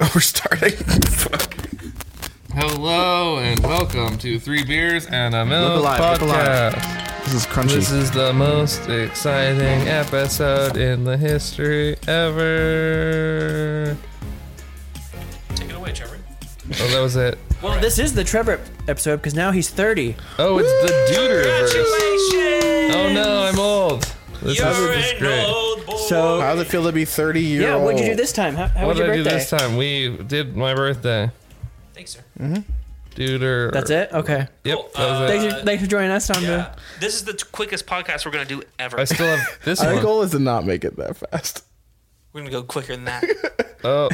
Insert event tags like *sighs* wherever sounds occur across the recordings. Oh, *laughs* we're starting. Fuck. Hello and welcome to Three Beers and a Milk alive, look alive. Podcast. This is crunchy. This is the most exciting episode in the history ever. Take it away, Trevor. Oh, that was it. Well, this is the Trevor episode because now he's 30. Oh, it's the Deuterverse. Congratulations! Oh no, I'm old. This You're is, this is an great. old boy. So, How does it feel to be 30 years yeah, old? what'd you do this time? How, how What was did your I do birthday? this time? We did my birthday. thanks, sir. Deuter. That's it? Okay. Yep, Cool. that was it. Thanks, for, thanks for joining us on Yeah. This is the t- quickest podcast we're gonna do ever. I still *laughs* have this Our one. goal is to not make it that fast. We're gonna go quicker than *laughs* that. Oh,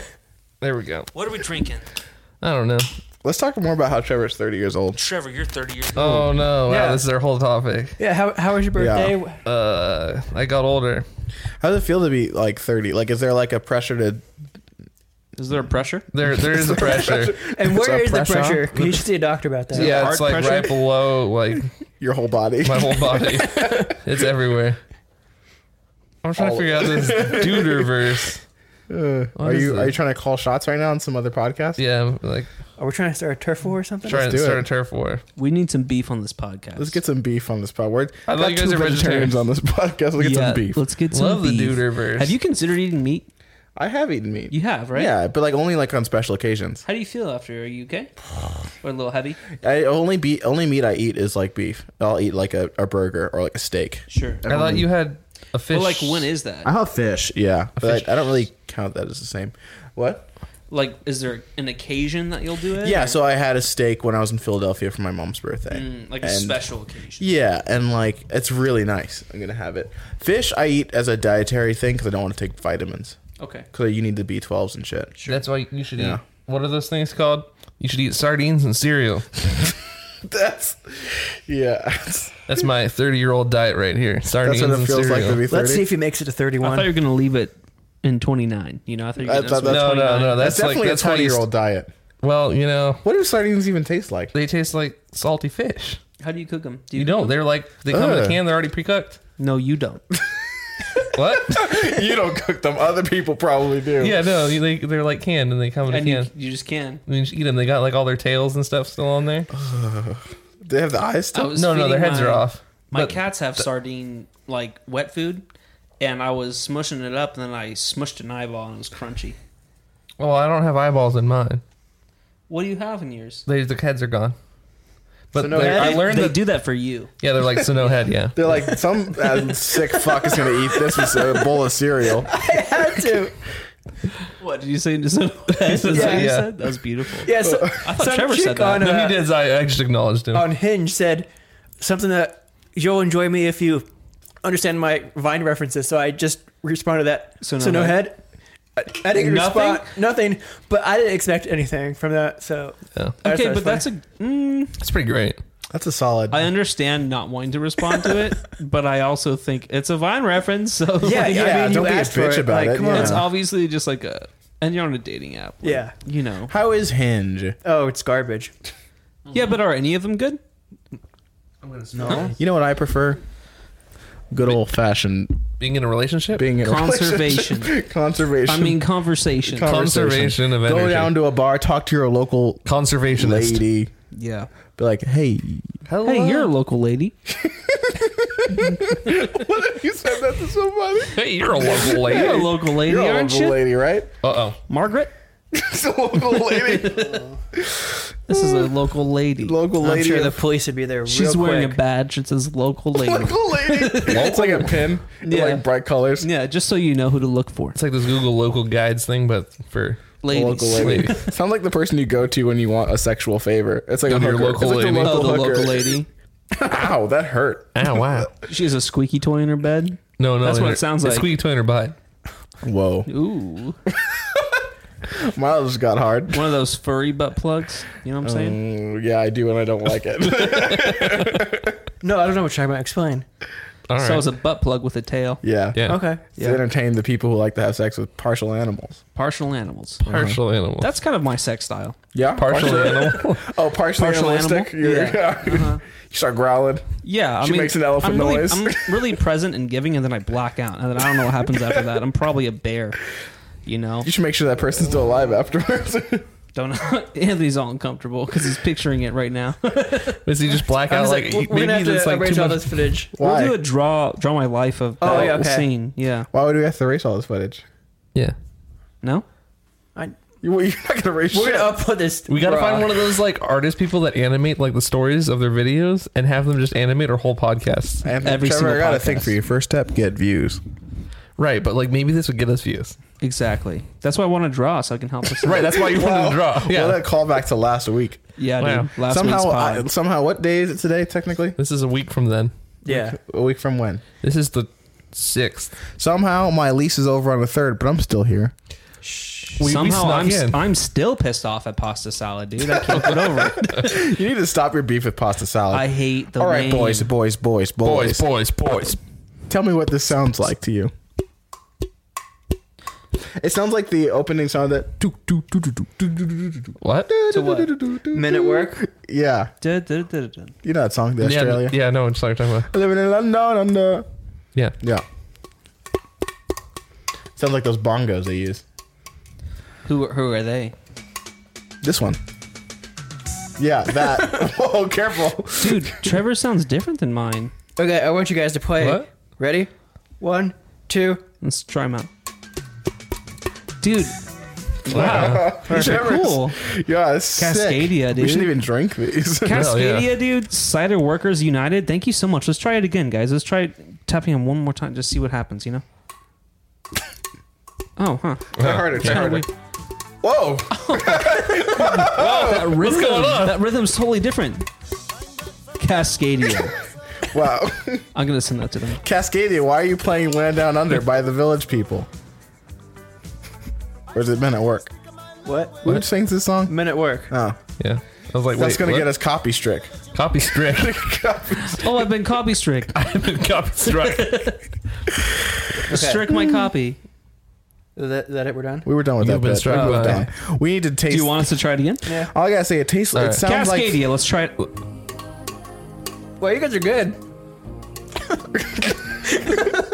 there we go. what are we drinking? I don't know. Let's talk more about how Trevor's 30 years old. Trevor, you're 30 years old. Oh no! Wow, Yeah. this is our whole topic. the. Yeah, how, how was your birthday? Uh, I got older. How does it feel to be like 30? Like, is there like a pressure to? Is there pressure? There, there *laughs* is the pressure. And where Is is there the pressure? 'Cause You should see a doctor about that. Yeah, it's Heart like pressure? right below like Your whole body. *laughs* my whole body. it's everywhere. I'm trying to figure *laughs* out this Deuter verse. are is you it? are you trying to call shots right now on some other podcast? Yeah, I'm, like Are we trying to start a turf war or something? trying to do start it. a turf war. We need some beef on this podcast. Let's get some beef on this podcast. We're, I thought got you guys two are vegetarians. on this *laughs* podcast. Let's get some beef. Let's get some Love the beef. Duderverse. Have you considered eating meat? I have eaten meat. You have, right? Yeah, but like only like on special occasions. How do you feel after? Are *sighs* you okay? Or a little heavy? I only be only meat I eat is like beef. I'll eat like a, a burger or like a steak. Sure. I thought you had a fish. But like, when is that? I have fish. Yeah, but I, I don't really count that as the same. What? Like, is there an occasion that you'll do it? Yeah, so I had a steak when I was in Philadelphia for my mom's birthday. Mm, like a And- special occasion. Yeah, and like it's really nice. I'm gonna have it. Fish I eat as a dietary thing because I don't want to take vitamins Okay. because you need the B12s and shit. That's why you should Yeah. eat. What are those things called? You should eat sardines and cereal. *laughs* That's yeah. That's my 30 year old diet right here. Sardines That's what it and feels cereal. like to be 30. Let's see if he makes it to I thought you 31. were gonna leave it in 29. You know, I thought you were I gonna thought that's- no, no, no. That's, that's, like definitely that's a how 20 you year s- old diet. Well, you know, What do sardines even taste like? *laughs* they taste like salty fish. How do you cook them? Do You don't. They're like they come in a Ugh. can. They're already pre cooked. No, *laughs* you don't. What? you don't cook them. Other people probably do. yeah, no. you- They they're like canned and they come in and a you, can. you just can. I mean, just eat them. They got like all their tails and stuff still on there. They have the eyes I still. was No, no, their feeding heads are my- off. My But cats have sardine like wet food, and I was smushing it up, and then I smushed an eyeball and it was crunchy. well, I don't have eyeballs in mine. What do you have in yours? They the heads are gone. But So no they- head? I learned they that. do that for you. Yeah, they're like so no *laughs* head. Yeah. They're like some uh, sick fuck is gonna eat this with a bowl of cereal. had to. What did you say? Is *laughs* that is that what Yeah. you Yeah. said? That was *laughs* beautiful. Yeah, so, some Trevor chick said that. On, No, No, uh, he did. I, I just acknowledged him. Oh. on Hinge said something that you'll enjoy me if you understand my Vine references. So I just responded to that. So So no, no head. I, I didn't Nothing? respond nothing, but I didn't expect anything from that. So Yeah. I Okay, just thought it but was that's funny. a. Mm, It's pretty great. That's a solid. I understand not wanting to respond to it, *laughs* but I also think it's a Vine reference. So *laughs* yeah, like, yeah. I yeah, mean, don't you be a asked for bitch it. about like, it, Come yeah. on. it's obviously just like a. And you're on a dating app. like, Yeah. you know. How is Hinge? Oh, it's garbage. Yeah, but are any of them good? No. You know what I prefer? Good old fashioned Being in a relationship. being in a Conservation. relationship. *laughs* conservation. I mean, conversation. conservation of Go energy. down to a bar, talk to your local conservationist. lady. yeah. Be like, hey, Hello. Hey, you're a local lady. you said that to somebody. Hey, you're *laughs* a local You're a lady. local lady, You're a aren't local you? lady, right? *laughs* Uh oh. Margaret? It's a local lady. *laughs* This is a local lady. local I'm lady. sure the police would be there. She's real wearing a quick. badge that says local lady. *laughs* local lady. it's like a pin. with, Yeah. Like bright colors. yeah, just so you know who to look for. It's like this Google local guides thing, but for Ladies. Local lady. Lady. Sounds like the person you go to when you want a sexual favor. It's like a Go to your hooker. local it's like lady. The Oh, local, the hooker. local lady. *laughs* Ow, that hurt. ah wow. She has a squeaky toy in her bed. No, no, That's what they're- it sounds they're like. Squeaky toy in her butt. *laughs* Whoa, Ooh. miles just got hard. One of those furry butt plugs. You know what I'm saying? Mm, yeah, I do, and I don't like it. No, I don't know what you're talking about. Explain. All right. So it's a butt plug with a tail. *laughs* yeah. yeah. Okay. To entertain the people who like to have sex with partial animals. Partial animals. Partial animal. That's kind of my sex style. Yeah, partial *laughs* animal. *laughs* Oh, partially Partial animalistic. animal? You're- *laughs* you start growling. Yeah, I She mean, makes an elephant I'm really, noise. *laughs* I'm really present and giving, and then I black out, and then I don't know what happens after that. I'm probably a bear. you know. You should make sure that person's still alive afterwards. *laughs* Don't know. *laughs* Anthony's all uncomfortable because he's picturing it right now. Does he just black I out was like, like, we're maybe we're gonna have that's to like arrange too all much? this footage. Why? We'll do a draw draw my life of Oh, that yeah, okay. scene. Yeah. Why would we have to erase all this footage? Yeah, No? I, You, you're not gonna erase. we're shit. gonna upload this. we gotta raw. find one of those like artist people that animate like the stories of their videos and have them just animate our whole podcasts. And Every Trevor, I single got a podcast. thing for you. First step, get views. Right, but like maybe this would get us views. Exactly. That's why I want to draw so I can help *laughs* us. out. Right, that's why you wanted to draw. Yeah, What a callback to last week. Yeah, Wow. dude. Last week's somehow, pod. I, somehow, what day is it today? Technically, this is a week from then. Yeah. a week from when? This is the sixth. Somehow, my lease is over on the third, but I'm still here. *laughs* We- we Somehow snuck I'm, in. I'm still pissed off at pasta salad, dude. I can't get over *laughs* it. you need to stop your beef with pasta salad. I hate the All right, name. boys, boys, boys, boys, Boys, boys, boys. Tell me what this sounds like to you. It sounds like the opening sound that. doo, doo, doo, doo, doo, doo, doo, doo, doo, doo. What? To what? Men at work. Yeah, Da, da, da, da, da. you know that song, the Yeah, Australia. yeah, no, I'm sorry, talking about. Living in London, under. Yeah, Yeah. Sounds like those bongos they use. Who who are they? This one. Yeah, that. *laughs* Whoa, careful. Dude, Trevor sounds different than mine. Okay, I want you guys to play. What? Ready? One, two. Let's try him out. Dude, wow. Trevor's- *laughs* cool. Yeah, it's sick. Cascadia, We dude. shouldn't even drink these. *laughs* Hell yeah. Cascadia, dude. Cider Workers United. Thank you so much. Let's try it again, guys. Let's try tapping him one more time. Just see what happens. You know. Oh, huh. Try harder, try Yeah. harder. Whoa! That rhythm, That rhythm's totally different. Cascadia. Wow. *laughs* I'm gonna send that to them. Cascadia, why are you playing Land Down Under by the Village People? Or has it been at work? What? Who sings this song? Men at work. Oh. Yeah, I was like, That's wait, gonna what? get us copy strick. copy strict. Oh, I've been *laughs* copy strick. I've been copy struck. Strick my copy. Is that, is that it? We're done. We were done with that. You've been bit. struck we, moved by- on. we need to taste. Do you want us to try it again? Yeah. All I gotta say, it tastes. All It right. sounds Cascadia. like. Let's try it. Well, you guys are good.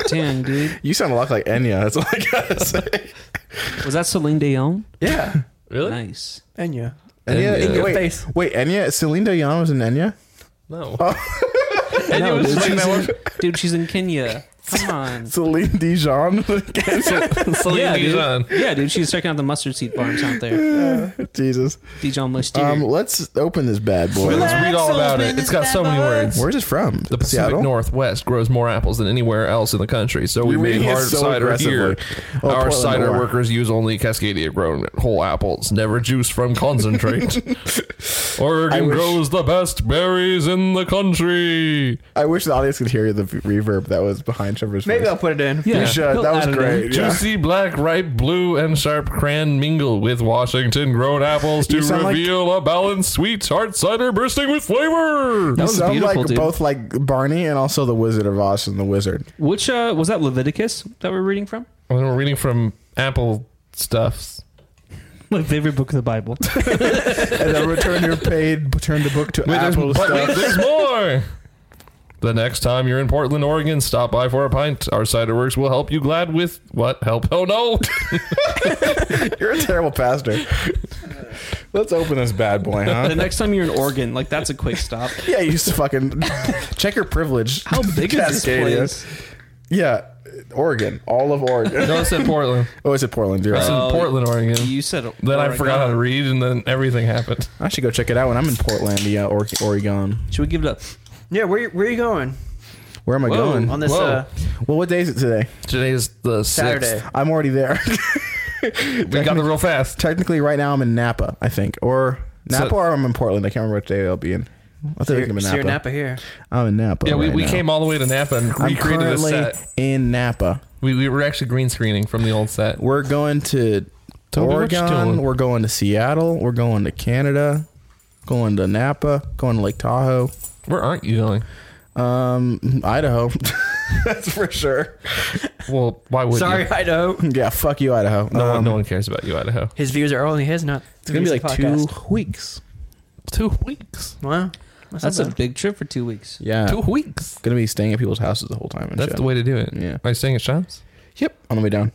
Dang, dude. You sound a lot like Enya. That's all I gotta say. Was that Celine Dion? Yeah. Really? Nice. *laughs* and yeah. Enya, In your wait, face. wait, Enya. Celine Dion was in Enya. No. I know, was dude, like she's that in, dude, she's in Kenya. Come on. Celine *laughs* Dion. *laughs* Celine yeah, Dion. dude. yeah, dude. She's checking out the mustard seed farms out there. *laughs* Jesus. Dijon Mustard. Um, let's open this bad boy. Let's read all about it. It's got so many words. Where's it from? The Pacific Northwest grows more apples than anywhere else in the country, so we You're made reading it hard so cider here. aggressively. Oh, Our Portland, cider Oregon. workers use only Cascadia-grown whole apples, never juice *laughs* from concentrate. Oregon wish- grows the best berries in the country. I wish the audience could hear the v- reverb that was behind Trevor's Maybe voice. I'll put it in. You should. he'll That was add it in. great. Yeah. Juicy black, ripe, blue, and sharp cran mingle with Washington grown apples to You sound like- reveal a balanced sweet tart cider bursting with flavor. That You was sound beautiful, like dude. both like Barney and also the Wizard of Oz and the Wizard. Which uh, was that Leviticus that we're reading from? When we're reading from Apple stuffs. My favorite book of the Bible. And then return your paid, return the book to Apple but wait, stuff. there's more. The next time you're in Portland, Oregon, stop by for a pint. Our cider works will help you glad with what help? Oh no! *laughs* You're a terrible pastor. Let's open this bad boy, *laughs* the huh? next time you're in Oregon, like that's a quick stop. Yeah, you just *laughs* fucking check your privilege. *laughs* How big is this Cascadia. place? Yeah, Oregon, all of Oregon. *laughs* no, it's in Portland. Oh, it's at Portland. You're right. It's in Oh, Portland, Oregon. You said then I Oregon. forgot how to read, and then everything happened. I should go check it out when I'm in Portland, yeah, or- Oregon. Should we give it up? Yeah. Where Where are you going Where am I going? on this? Whoa. Uh, well, what day is it today? Today is the sixth. Saturday. I'm already there. *laughs* We got there real fast. Technically, right now I'm in Napa, I think, or Napa, So- or I'm in Portland. I can't remember what day I'll be in. I think I'm in so Napa. you're Napa here. I'm in Napa. Yeah, we, right we now. came all the way to Napa and I'm recreated a currently set. in Napa. We, we were actually green screening from the old set. We're going to Tell me what you're Oregon. doing. We're going to Seattle. We're going to Canada. Going to Napa. Going to Lake Tahoe. Where aren't you going? Um, Idaho. *laughs* That's for sure. Well, why would Sorry, you? Idaho. Yeah, fuck you, Idaho. No, one- Um, no one cares about you, Idaho. His views are only his, not. It's gonna be like two weeks. Two weeks. Wow. That's a big trip for two weeks. Yeah, Two weeks. gonna be staying at people's houses the whole time. And That's shit. the way to do it. Yeah. Are you staying at shops? Yep, on the way down.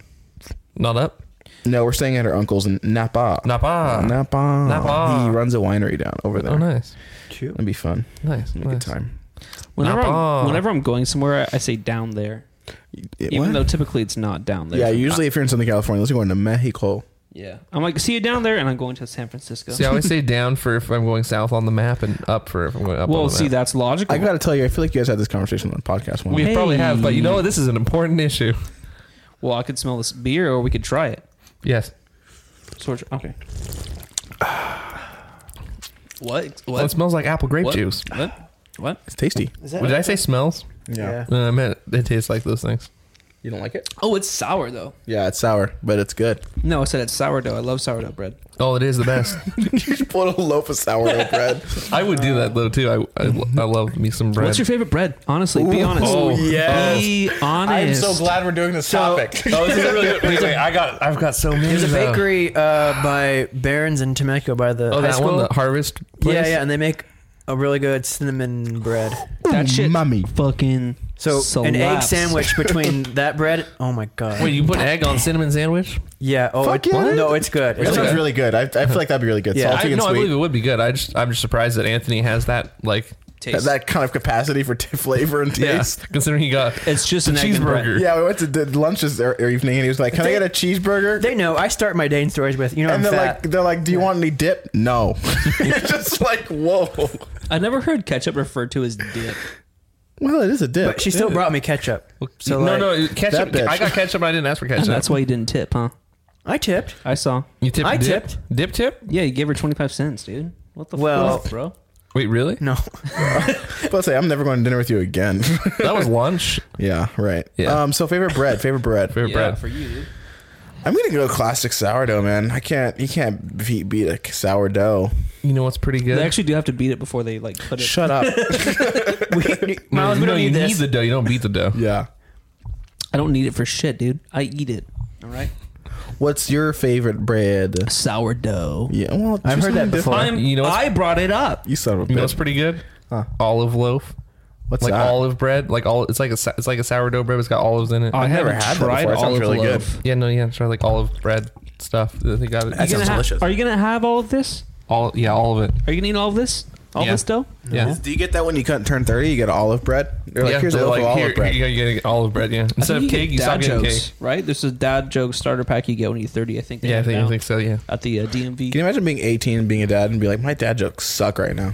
Not up. No, we're staying at her uncle's in Napa. Napa. Napa. Napa. He runs a winery down over there. Oh, nice, True. It'd be fun. nice, It'd be a nice. good time. Whenever Napa. I'm, whenever I'm going somewhere, I I say down there, It- even what? though typically it's not down there. yeah, usually if you're in Southern California, let's go into Mexico. yeah. I'm like, see you down there, and I'm going to San Francisco. See, I always say down for if I'm going south on the map, and up for if I'm going up. on well, the see, map. that's logical. I gotta tell you, I feel like you guys had this conversation on the podcast one. we time. probably have, but you know what? This is an important issue. well, I could smell this beer, or we could try it. Yes, So we're- okay. *sighs* What? well, it What? smells like apple grape what? Oh, juice. What? What? it's tasty. Is that Did I say smells? Yeah. Yeah. Uh, I meant it tastes like those things. You don't like it? Oh, it's sour though. Yeah, it's sour, but it's good. *laughs* No, I said it's sourdough. I love sourdough bread. Oh, it is the best. you should put a loaf of sourdough bread. I would do that though too. I, I, I love me some bread. What's your favorite bread? Honestly, be honest. Oh, yes. Be I'm honest. so glad we're doing this *laughs* topic. oh, *laughs* this is a really good. Wait, wait, I got. I've got so many. There's *laughs* a though. bakery uh, by Barron's in Temecula by the Oh, high that school. one, the Harvest. Place? yeah, yeah, and they make a really good cinnamon bread. That shit Mummy. fucking So an egg slaps. sandwich *laughs* between that bread. Oh my god. Wait, you put egg on cinnamon sandwich? yeah. Oh, Fuck it- yeah. no, it's *laughs* good. That It's sounds good. really good. I, I feel like that'd be really good. Yeah. Salty I, and no, I sweet. believe it would be good. I just, I'm just surprised that Anthony has that like That- Taste. that kind of capacity for *laughs* t- flavor and Yeah, taste. *laughs* considering he got It's just an egg and bread. cheeseburger. Yeah, we went to the lunch this er- evening, and he was like, "Can I They- get a cheeseburger?" They know. I start my day in stories with you know and I'm they're fat. like, "They're like, do you want any dip?" No. *laughs* You're just like, whoa. I never heard ketchup referred to as dip. Well, it is a dip. but she still brought me ketchup. So no, like, no, ketchup. that bitch. I got ketchup. I didn't ask for ketchup. And that's why you didn't tip, huh? I tipped. I saw. you tipped. I dip? tipped. Dip tip. Yeah, you gave her 25 cents, dude. What the Well- fuck, bro? Wait, really? *laughs* No, *laughs* Plus, hey, I'm never going to dinner with you again. *laughs* That was lunch. yeah, right. Yeah. Um, so favorite bread, favorite bread. Favorite bread. for you, dude. I'm gonna go classic sourdough, man. I can't. You can't beat, beat a sourdough. You know what's pretty good? They actually do have to beat it before they like put it. Shut up. we, No, Miles, we you don't know, you need need this. the dough. You don't beat the dough. *laughs* yeah. I don't need it for shit, dude. I eat it. All right. What's your favorite bread? Sourdough. Yeah. Well, I've choose heard that something before. different. I'm- You know what's- I brought it up. You son of a You know what's bitch. pretty good? Olive loaf. What's like that? olive bread, like all it's like a sa- it's like a sourdough bread. But it's got olives in it. I never haven't had that tried before. It sounds olive really good. loaf. yeah, no, yeah, it's sort of like olive bread stuff. They got it. That You sounds gonna ha- delicious. Are you gonna have all of this? all yeah, all of it. Are you gonna eat all of this? All Yeah. this dough? Yeah. Do you get that when you cut- turn 30? You get olive bread? They're like, yeah, here's a they're loaf like, of olive here, bread. You gotta get olive bread, yeah. I Instead think of cake, get you stop dad getting jokes, cake. right? There's a dad joke starter pack you get when you're 30. I think. They Yeah, I have think, I now think so, yeah. At the uh, DMV. Can you imagine being 18 and being a dad and be like, my dad jokes suck right now?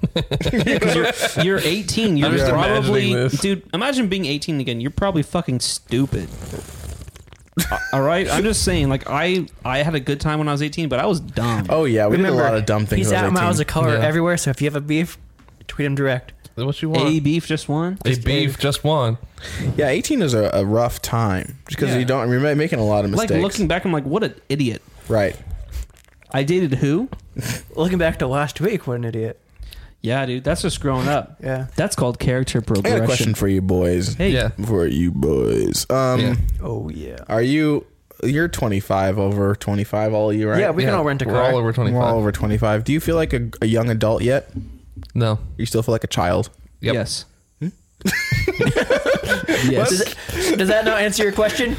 *laughs* *laughs* you're, you're 18. You're I'm just probably, imagining this. dude. Imagine being 18 again. You're probably fucking stupid. Uh, All right, I'm just saying. Like I, I had a good time when I was 18, but I was dumb. Oh, yeah. We did a lot of dumb things. He's when I at was 18. Miles of Color Yeah. everywhere. So if you have a beef, tweet him direct. What you want? a beef just one. A beef, just one. Yeah, 18 is a, a rough time because Yeah. you don't, you're ma- making a lot of Like mistakes. looking back, I'm like, what an idiot. right. I dated who? Looking back to last week, what an idiot. Yeah, dude. That's just growing up. *laughs* Yeah. That's called character I progression. got a question for you boys. Hey, Yeah. For you boys. Um, Yeah. Oh yeah. Are you, you're 25 over 25, all of you, right? Yeah, we Yeah, can all rent a we're car. all over We're 25. all over 25. Do you feel like a, a young adult yet? No. You still feel like a child? Yep. yes. Hmm? *laughs* yes. Does, it- does that not answer your question?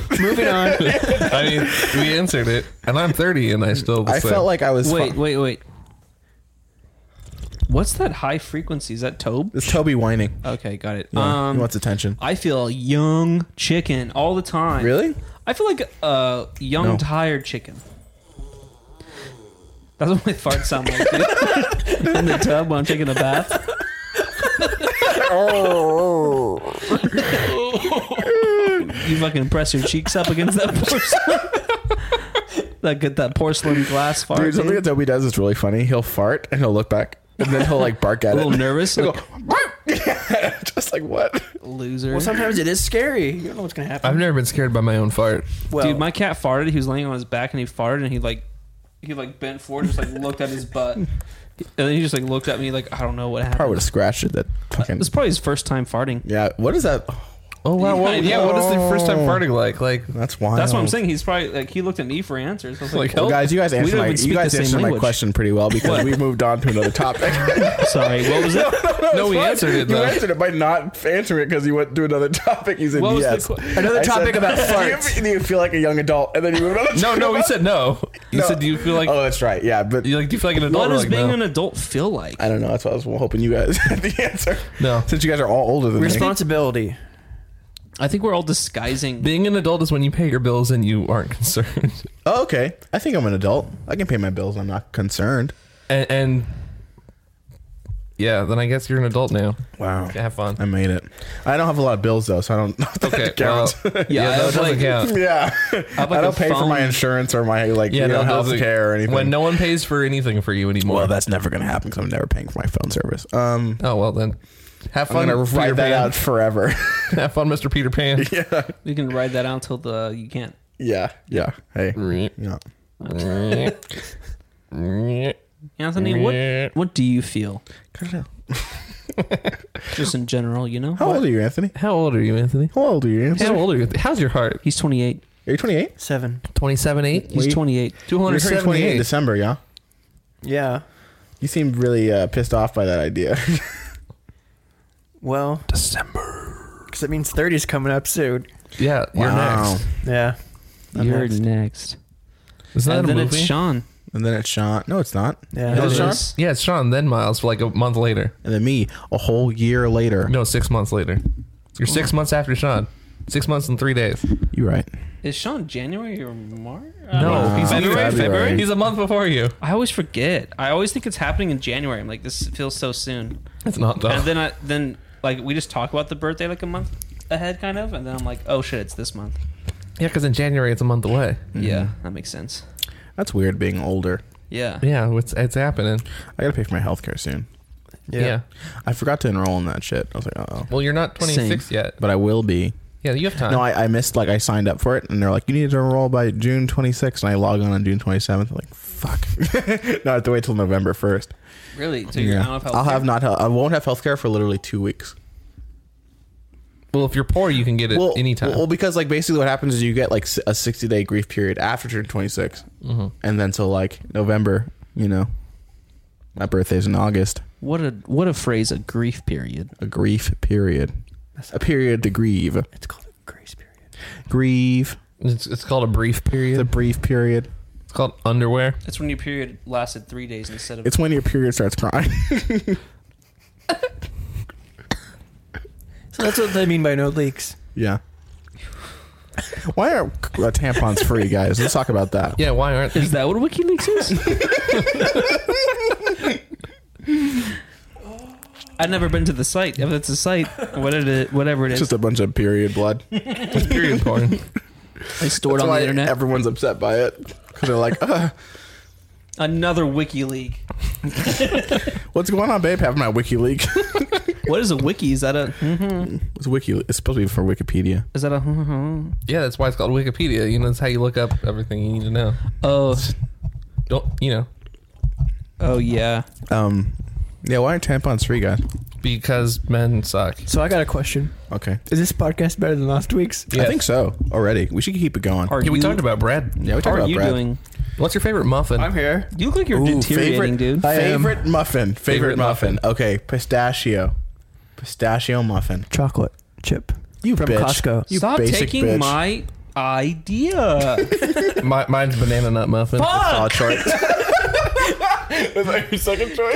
*laughs* Moving on. *laughs* I mean, we answered it, and I'm 30, and I still. the I same. felt like I was. Wait, fu- wait, wait. What's that high frequency? Is that Tobe? It's Toby whining. Okay, got it. Yeah, he Um, wants *laughs* attention. I feel young chicken all the time. Really? I feel like a young No. tired chicken. That's what my farts sound like. dude. *laughs* In the tub when I'm taking a bath. oh. You fucking press your cheeks up against that porcelain. *laughs* that get that porcelain glass fart. Dude, something dude. that Toby does is really funny. He'll fart and he'll look back and then he'll like bark at a little it. nervous, He'll like go, *laughs* just like what? loser. *laughs* Well, sometimes it is scary. You don't know what's gonna happen. I've never been scared by my own fart. well, Dude, my cat farted. He was laying on his back and he farted and he like he like bent forward, just like looked at his butt, and then he just like looked at me like I don't know what happened. Probably would have scratched it. That It fucking was probably his first time farting. yeah. What is that? Oh wow! What, yeah, what is the first time farting like? Like, That's wild. That's what I'm saying. He's probably like he looked at me for answers. I was like, Like, Well, guys, you guys We answered, don't my, even you speak guys the same answered my language. question pretty well because we moved on to another *laughs* topic. sorry, what *laughs* was it? no, we answered it you though. answered it by not answering it because you went to another *laughs* topic. You said What was the yes. que- Another I topic *laughs* about do you- farts. Do you feel like a young adult? And then you moved on. to- No, no, we *laughs* said no. You No. said, do you feel like oh, that's right. Yeah, but you like? Do you feel like an adult? What We're does like, being no. an adult feel like? I don't know. That's what I was hoping you guys *laughs* had the answer. No. since you guys are all older than me. Responsibility. I think we're all disguising. being an adult is when you pay your bills and you aren't *laughs* concerned. Oh, okay. I think I'm an adult. I can pay my bills. I'm not concerned. and, and yeah, then I guess you're an adult now. Wow. Okay, have *laughs* fun. I made it. I don't have a lot of bills though, so I don't. *laughs* know if that Okay, counts. *laughs* well, yeah, I that was doesn't like- count. yeah, like I a don't pay for my phone- insurance or my like Yeah, you know, no, health those are- care or anything. When no one pays for anything for you anymore. well, that's never gonna happen because I'm never paying for my phone service. Um, oh well, then have I'm fun. gonna Peter ride that Pan. out forever. *laughs* *laughs* Have fun, Mr. Peter Pan. You can ride that out until the you can't. yeah, yeah. Hey, Mm. yeah. Anthony, what what do you feel? Just in general, you know. How old are you, Anthony? How old are you, Anthony? How old are you, Anthony? How old are you? How's your heart? He's 28. Are you 28? Seven. 27, 8? He's Wait. 28. You're 28 in 278. December, yeah. Yeah. You seem really uh, pissed off by that idea. *laughs* Well, December. because it means 30's coming up soon. Yeah, you're next. Yeah. I'm You're next. next. Is that And a then movie? it's Sean. And then it's Sean. No, it's not. Yeah. Is It it Sean? is. Yeah, it's Sean, then Miles, like a month later. And then me a whole year later. No, six months later. You're six months after Sean. Six months and three days. You're right. Is Sean January or March? Uh, No, he's February? February. February. He's a month before you. I always forget. I always think it's happening in January. I'm like, this feels so soon. It's not though. And then I then like we just talk about the birthday like a month ahead, kind of, and then I'm like, oh shit, it's this month. yeah, because in January it's a month away. Mm-hmm. Yeah, that makes sense. That's weird being older. Yeah. Yeah, it's it's happening. I gotta pay for my healthcare soon. Yeah. I forgot to enroll in that shit. I was like, uh oh. Well, you're not 26 yet. But I will be. Yeah, you have time. No, I, I missed, like, I signed up for it, and they're like, you need to enroll by June 26th, and I log on on June 27th. I'm like, fuck. *laughs* no, I have to wait till November 1st. Really? So you're out of health I'll care? have not health. I won't have healthcare for literally two weeks. well, if you're poor, you can get it Well, anytime. Well, oh. because like basically what happens is you get like s- a sixty day grief period after June twenty and then till like November. You know, my birthday's in August. What a what a phrase, a grief period. A grief period. A period to grieve. It's called a grace period. Grieve. it's, it's called a brief period. The brief period. It's called underwear. That's when your period lasted three days instead of It's when your period starts crying. So that's what they mean by no leaks. yeah. Why are uh, tampons free, guys? Let's talk about that. Yeah, *laughs* why aren't Is that what WikiLeaks is? *laughs* I've never been to the site. If it's a site, what it is, whatever it It's is, just a bunch of period blood. it's period porn? they store it That's on why the internet. everyone's upset by it because they're like, uh, Another WikiLeak. "What's going on, babe? Having my WikiLeaks." *laughs* What is a wiki? Is that a It's wiki. It's supposed to be for Wikipedia. is that a Yeah, that's why it's called Wikipedia. You know, that's how you look up everything you need to know. oh Don't you know? oh yeah? Um, yeah. Why aren't tampons free, guys? Because men suck. So I got a question. Okay. Is this podcast better than last week's? I Yes. think so already. We should keep it going. Are Yeah, we you, talked about bread. yeah, we How talked are about you Brad. doing? What's your favorite muffin? *laughs* I'm here. You look like you're deteriorating, favorite, dude. I am. favorite muffin. Favorite Favorite muffin. muffin. Okay, pistachio. Pistachio muffin. Chocolate chip. You From bitch. Costco. You Stop basic taking bitch. my *laughs* idea. My, mine's banana nut muffin. Oh, *laughs* Fuck. choice. Was that your second choice?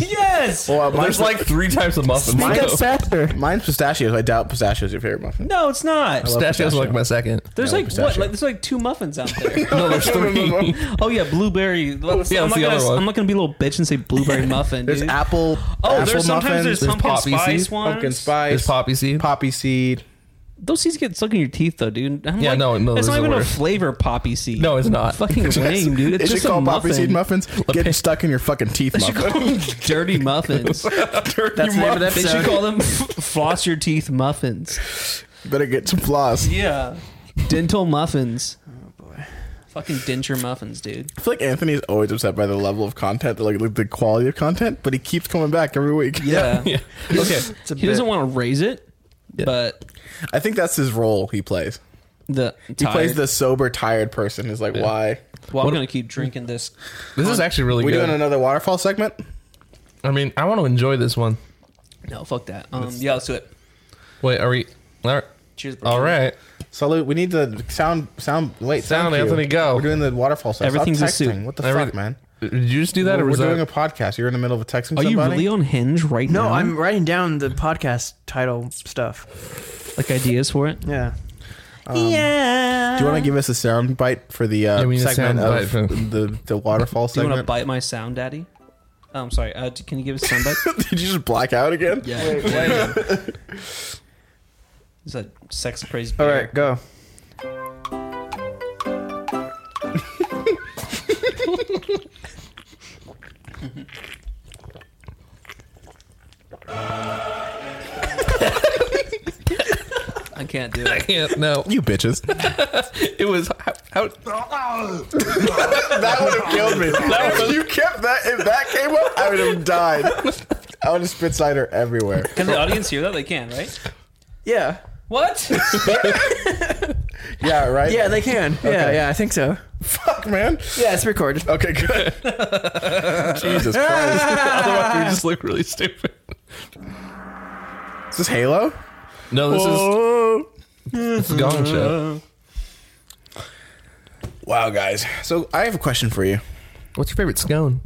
yes. Well, mine's There's like three types of muffins. Mine- *laughs* so- faster. mine's pistachios. I doubt pistachios your favorite muffin. No, it's not. Pistachios are pistachio. like my second. There's No, like what? pistachio. Like, there's like two muffins out *laughs* there. No, there's No, no, no, three. no. oh yeah, *laughs* blueberry. Let's- Yeah, Oh, I'm, that's not the gonna, other one. I'm not gonna be a little bitch and say blueberry muffin. There's dude. apple. Oh, apple there's sometimes muffins, there's, pumpkin poppy spice seed, ones. pumpkin spice. There's poppy seed. Poppy seed. Those seeds get stuck in your teeth though, dude. I'm Yeah, like, no, no, It's those not are even the a worst. flavor poppy seed. No, it's *laughs* not. fucking lame, dude. It It's should just a call poppy seed muffin. muffins. Get stuck in your fucking teeth They should muffin. call them dirty muffins. That's the name of the They episode. should call them *laughs* floss your teeth muffins. Better get some floss. Yeah. Dental muffins. Oh boy. Fucking denture muffins, dude. I feel like Anthony's always upset by the level of content, like, like the quality of content, but he keeps coming back every week. Yeah. *laughs* *laughs* Yeah. Okay. It's a He doesn't bit. want to raise it. But I think that's his role he plays. the He plays the sober, tired person. Is like, why? Well, I'm gonna keep drinking this. This is actually really We good. doing another waterfall segment? I mean, I want to enjoy this one. No, fuck that. Um, yeah, let's do it. Wait, are we? All right. Cheers, bro. All right. Salute. We need the sound. Sound. Wait. Sound, cue. Anthony, go. We're doing the waterfall segment. Everything's a Stop suit. texting. What the Every- fuck, man? Did you just do that, We're, or was doing that? a podcast. You're in the middle of texting Are somebody. you really on Hinge right No, now? I'm writing down the podcast title stuff. like ideas for it. Yeah. Do you want to give us a sound bite for the uh, Yeah, we need a segment sound of bite for- the the waterfall Do you want to segment? bite my sound, Daddy? Oh, I'm sorry. Uh, d- can you give us a *laughs* sound bite? Did you just black out again? yeah. Wait, wait. It's a sex crazy. All bear. right, go. I can't do *laughs* it. can't. No. *laughs* You bitches. *laughs* It was. How, that would have killed *laughs* me. if you kept that, if that came up, I would have died. I would have spit cider everywhere. Can the audience hear that? They can, right? Yeah. What? Yeah, right? Yeah, they can. Yeah, yeah, I think so. Fuck, man. Yeah, it's recorded. Okay, *laughs* good. Jesus Christ. otherwise, we just look really stupid. Is this Halo? No, this Oh. *laughs* is it's Gong Show. Wow, guys. So I have a question for you. What's your favorite scone?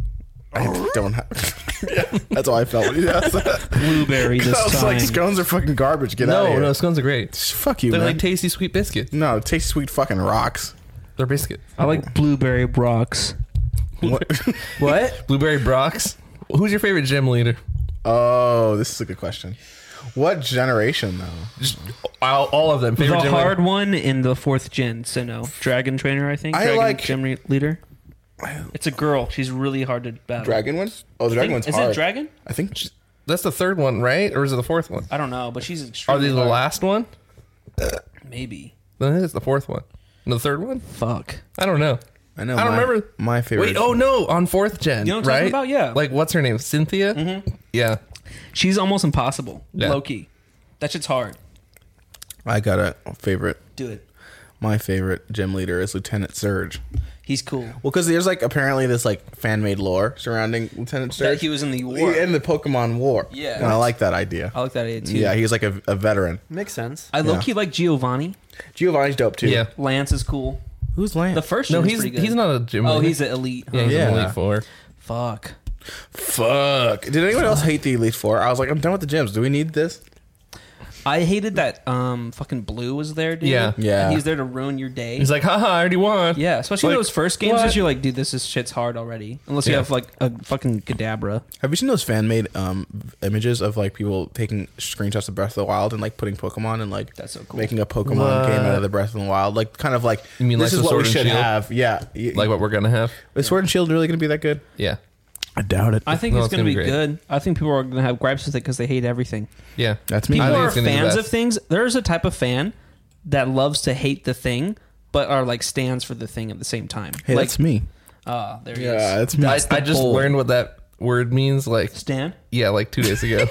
I don't have. *laughs* yeah, that's all I felt. when you asked *laughs* that. *laughs* Blueberry *laughs* I this was time. like, scones are fucking garbage. Get out of No, here. no, scones are great. Fuck you, They're man. like tasty sweet biscuits. no, it tastes sweet fucking rocks. They're biscuits. I like blueberry brocks. *laughs* What? What? Blueberry Brox. Who's your favorite gym leader? oh, this is a good question. What generation though? Just all, all of them. Favorite The gym hard leader. one in the fourth gen. So no, dragon trainer. I think. I Dragon like- gym re- leader. It's a girl. She's really hard to battle. Dragon ones? Oh, the dragon one's Is hard. it dragon? I think j- That's the third one, right? Or is it the fourth one? I don't know, but she's Are extremely. they the hard. last one? Maybe. Then it's the fourth one. No, the third one? Fuck. I don't know. I know. I don't my- remember. my favorite. Wait, oh no, on fourth gen. You know what I'm right? talking about? Yeah. Mm-hmm. Like what's her name? Cynthia? Yeah. She's almost impossible. Yeah. Loki. That shit's hard. I got a favorite. Do it. My favorite gym leader is Lieutenant Surge. He's cool. Well, because there's like apparently this like fan made lore surrounding Lieutenant Surge. That he was in the war. in the Pokemon War. Yeah. and I like that idea. I like that idea too. yeah, he's like a, a veteran. Makes sense. I low key like Giovanni. Giovanni's dope too. Yeah. Lance is cool. who's Lance? The first No, gen is he's pretty good. he's not a gym Oh, leader. he's an elite. huh? yeah, he's an Yeah. elite four. Fuck. Fuck. Did anyone else hate the Elite Four? I was like, I'm done with the gyms. Do we need this? I hated that um fucking blue was there, dude. Yeah. Yeah. And he's there to ruin your day. He's like, haha, I already won. yeah, especially Like, those first games what? that you're like, dude, this is shit's hard already. Unless you Yeah. have like a fucking cadabra. Have you seen those fan made um, images of like people taking screenshots of Breath of the Wild and like putting Pokemon and like That's so cool. making a Pokemon game out of the Breath of the Wild? Like kind of like You mean this is like the what we Sword and should Shield? have. Yeah, You- Like what we're gonna have. is Sword and Shield really going to be that good? Yeah. I doubt it. I think No, it's, it's gonna, gonna be great. be, good. I think people are gonna have gripes with it because they hate everything. Yeah. That's me. I People think are it's gonna be the fans best. of things. There's a type of fan that loves to hate the thing, but are like stands for the thing at the same time. hey, like, that's me. Ah, there he Yeah, is. that's me. I, I just learned what that word means like Stan, yeah, like two days *laughs* ago.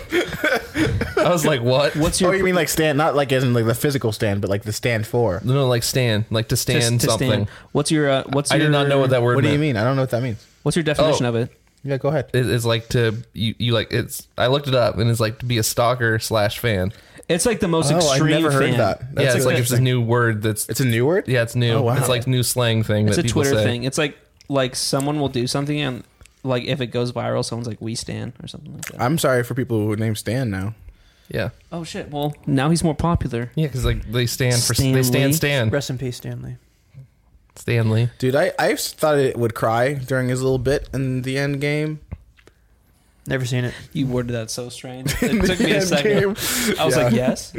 I was like, what? what's your oh, you mean like stand, not like as in like the physical stand, but like the stand for. No, no, like stand, like to to- stand to something. Stan? What's your uh, what's I your did not know what that word. What do you meant. mean? I don't know what that means. What's your definition Oh. of it? Yeah, go ahead. It- It's like to you, you like it's. I looked it up, and it's like to be a stalker slash fan. It's like the most oh, I've extreme never fan. heard that. yeah, it's like it's a interesting. new word that's. It's a new word. yeah, it's new. Oh, wow. It's like new slang thing. It's that a people Twitter say. thing. It's like like someone will do something and like if it goes viral, someone's like we stand or something like that. I'm sorry for people who name Stan now. Yeah, oh shit! Well, now he's more popular. yeah, because like they stand for they Stanley. stand Stan Rest in peace, Stanley. Stanley. Dude, I, I thought it would cry during his little bit in the end game. Never seen it. You worded that so strange. It *laughs* took me a second. I was Yeah. like, yes,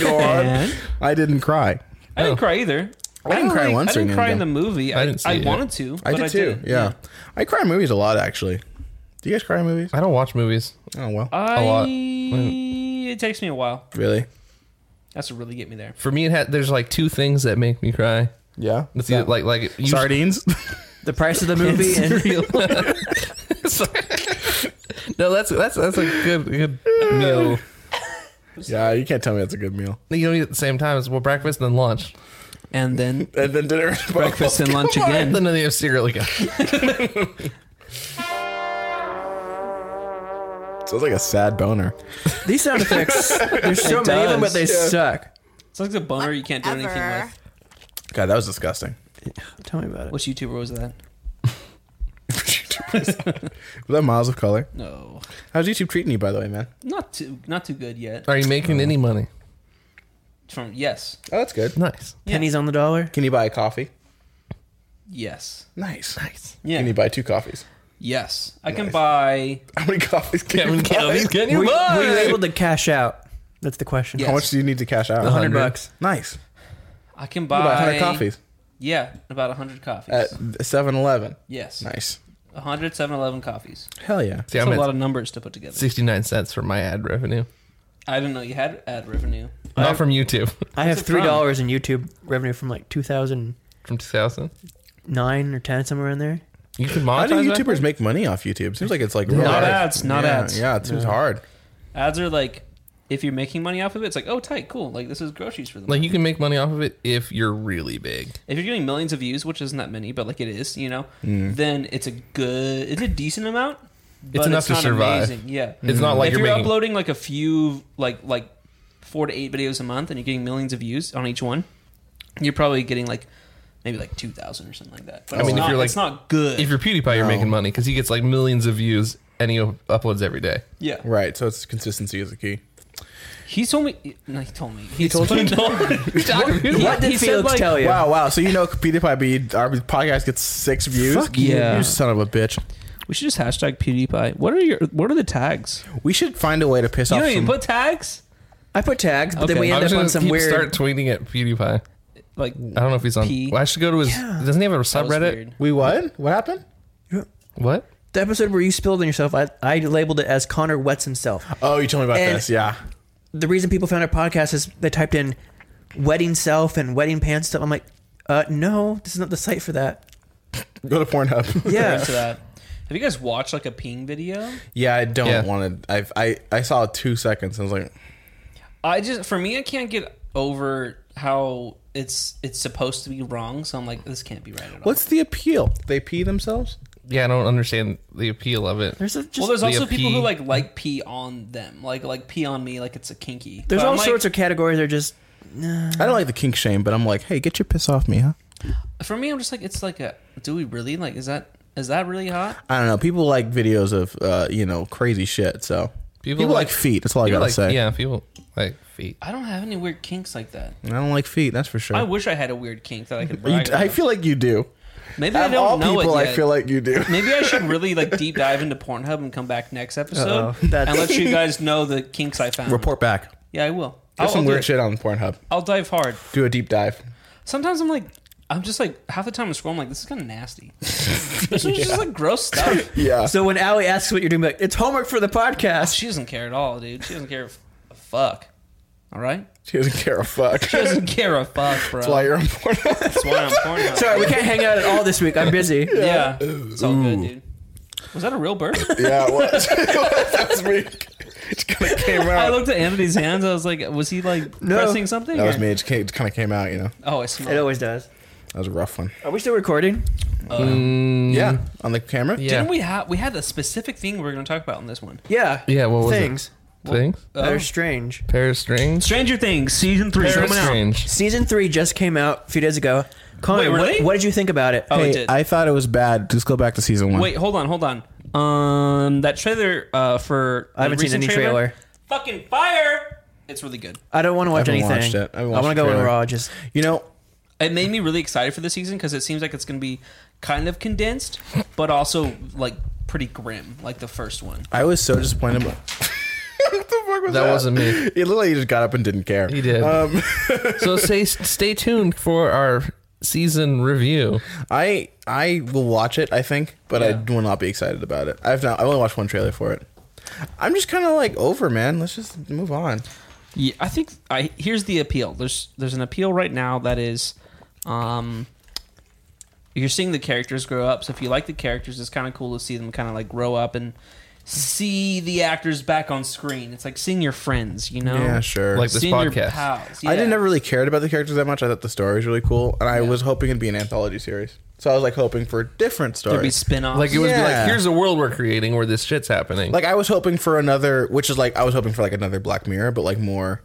Go *laughs* on. and I didn't cry. I Oh. didn't cry either. I didn't cry really- once I didn't during cry the in the movie. I, didn't see I it. wanted to. I but did too. didn't. yeah. I cry in movies a lot actually. Do you guys cry in movies? I don't watch movies. Oh well. I, lot. It takes me a while. really? That's to really get me there. For me, it had there's like two things that make me cry. Yeah. It's either, like like you, *laughs* *laughs* Sardines? The price of the movie *laughs* and no, that's that's that's a good good meal. Yeah, you can't tell me that's a good meal. You don't eat at the same time. It's well breakfast and then lunch. And then And then dinner, *laughs* breakfast and lunch And again. then they have cereal again. Sounds like a sad boner. These sound effects, there's so It many of them, but does. they suck. It's like a boner you can't do anything Ever. with. God, that was disgusting. Tell me about it. Which YouTuber was that? Was that Miles of Color? No, How's YouTube treating you, by the way, man? not too not too good yet. Are you making any money? From yes, Oh, that's good. Nice. Pennies on the dollar. Can you buy a coffee? yes, Nice. Nice. Yeah. Can you buy two coffees? yes. I can Nice. buy. How many coffees can you buy? Can Were you you, were you buy? able to cash out? That's the question. Yes. How much do you need to cash out? 100 bucks. Nice. I can You buy, can buy 100 coffees Yeah, about hundred coffees. at 7 Eleven. yes, Nice. 100 7-Eleven coffees. Hell yeah. See, That's I'm a lot at of numbers to put together. 69 cents for my ad revenue. I didn't know you had ad revenue. Not from YouTube. *laughs* I have What's it from? three dollars in YouTube revenue from like 2009 From 2000. or 10, somewhere in there. You can How monetize do that? YouTubers make money off YouTube? Seems like it's like really Not hard. ads, not yeah, ads. Yeah, it seems hard. Ads are like, if you're making money off of it, it's like, oh, tight, cool. Like this is groceries for them. Like, you can make money off of it if you're really big. if you're getting millions of views, which isn't that many, but like it is, you know, Mm. then it's a good, it's a decent amount. But it's enough to not survive. Amazing. Yeah, Mm-hmm. It's not like if you're you're, making- uploading like a few, like like four to eight videos a month, and you're getting millions of views on each one, you're probably getting like maybe like two thousand or something like that. I But it's mean, if not, you're, like- it's not good. If you're PewDiePie, you're No. making money because he gets like millions of views and he up- uploads every day. yeah, Right. So it's consistency is the key. he told me. No, he told me. *laughs* He, told you? He- What did he said, Felix like- tell you? Wow, wow. So you know PewDiePie be our podcast gets six views? Fuck You- yeah. You son of a bitch. We should just hashtag PewDiePie. What are your What are the tags? We should find a way to piss You off don't some even put tags. I put tags, but then Okay. we I'm end just up gonna on some keep- weird. start tweeting at PewDiePie. Like I don't know if he's on. P- well, I should go to his. Doesn't he have a that was subreddit? weird. We what? What happened? What? The episode where you spilled on yourself, I, I labeled it as Connor wets himself. Oh, you told me about And- this. Yeah. The reason people found our podcast is they typed in wedding self and wedding pants stuff. I'm like, uh, no, this is not the site for that. Go to *laughs* Pornhub. Yeah. to that. Have you guys watched like a peeing video? yeah, I don't Yeah. want to. I I I saw two seconds. and I was like, I just for me I can't get over how it's it's supposed to be wrong, so I'm like this can't be right at all. what's the appeal? They pee themselves? Yeah, I don't understand the appeal of it. There's a, just well, there's the also people who pee? like like pee on them, like like pee on me, like it's a kinky. there's But all I'm like- sorts of categories that are just I don't like the kink shame, but I'm like, hey, get your piss off me, huh? For me, I'm just like it's like a. Do we really like? Is that is that really hot? I don't know. People like videos of uh, you know crazy shit. So people, People like, like- feet. That's all I People gotta like, say. Yeah, people like feet. I don't have any weird kinks like that. I don't like feet. That's for sure. I wish I had a weird kink that I could. You- Brag I about. feel like you do. Maybe I Of don't all know people, it I yet. feel like you do. Maybe I should really like deep dive into Pornhub and come back next episode Uh-oh. That's- and let you guys know the kinks I found. Report back. Yeah, I will. I'll, There's some I'll do weird it. shit on Pornhub. I'll dive hard. Do a deep dive. Sometimes I'm like, I'm just like half the time I'm scrolling, like this is kind *laughs* of nasty. this is just like gross stuff. Yeah. So when Allie asks what you're doing, be like, it's homework for the podcast. She doesn't care at all, dude. She doesn't care f- a fuck. All right, she doesn't care a fuck. *laughs* she That's doesn't care a fuck, bro. That's why you're on Pornhub. why I'm Pornhub. Sorry, we can't hang out at all this week. I'm busy. Yeah, it's all good, dude. Was that a real bird? *laughs* yeah, it was. it was. That was me. It kind of came I out. looked at Anthony's hands. I was like, was he like No. pressing something? That was or- me. It just came- It kind of came out. You know, Oh, I It smell. always does. that was a rough one. Are we still recording? Mm, Yeah, on the camera. Yeah. Didn't we have we had a specific thing we were going to talk about in this one? Yeah. Yeah, what was it? Things Things. that Oh. are strange. Pair of strings. Stranger Things season three Pair of coming out. strange. Season three just came out a few days ago. Connor, Wait, what- really? what, did you think about it? Oh, it Hey, did. I thought it was bad. Just go back to season one. Wait, hold on, hold on. Um, that trailer uh, for I haven't the seen recent any trailer. Fucking fire! It's really good. I don't want to watch I haven't anything. watched it. I I haven't want watched to the go in trailer. raw. Just You know, It made me really excited for the season because it seems like it's going to be kind of condensed, but also like pretty grim, like the first one. I was so disappointed. *laughs* About- what the fuck was that? That wasn't me. It looked like he just got up and didn't care. He did. Um, *laughs* so stay stay tuned for our season review. I I will watch it. I think, but Yeah. I will not be excited about it. I've not. I only watched one trailer for it. I'm just kind of like over, man. Let's just move on. Yeah, I think I here's the appeal. There's there's an appeal right now that is, um, you're seeing the characters grow up. So if you like the characters, it's kind of cool to see them kind of like grow up and see the actors back on screen. It's like seeing your friends, you know? Yeah, sure. Like this seeing your podcast. pals. I yeah. didn't ever really cared about the characters that much. I thought the story was really cool, and I was hoping it'd be an anthology series. So I was like hoping for different There'd be stories. spin-offs. Like it would be Yeah. like, here's a world we're creating where this shit's happening. like I was hoping for another, which is like I was hoping for like another Black Mirror, but like more.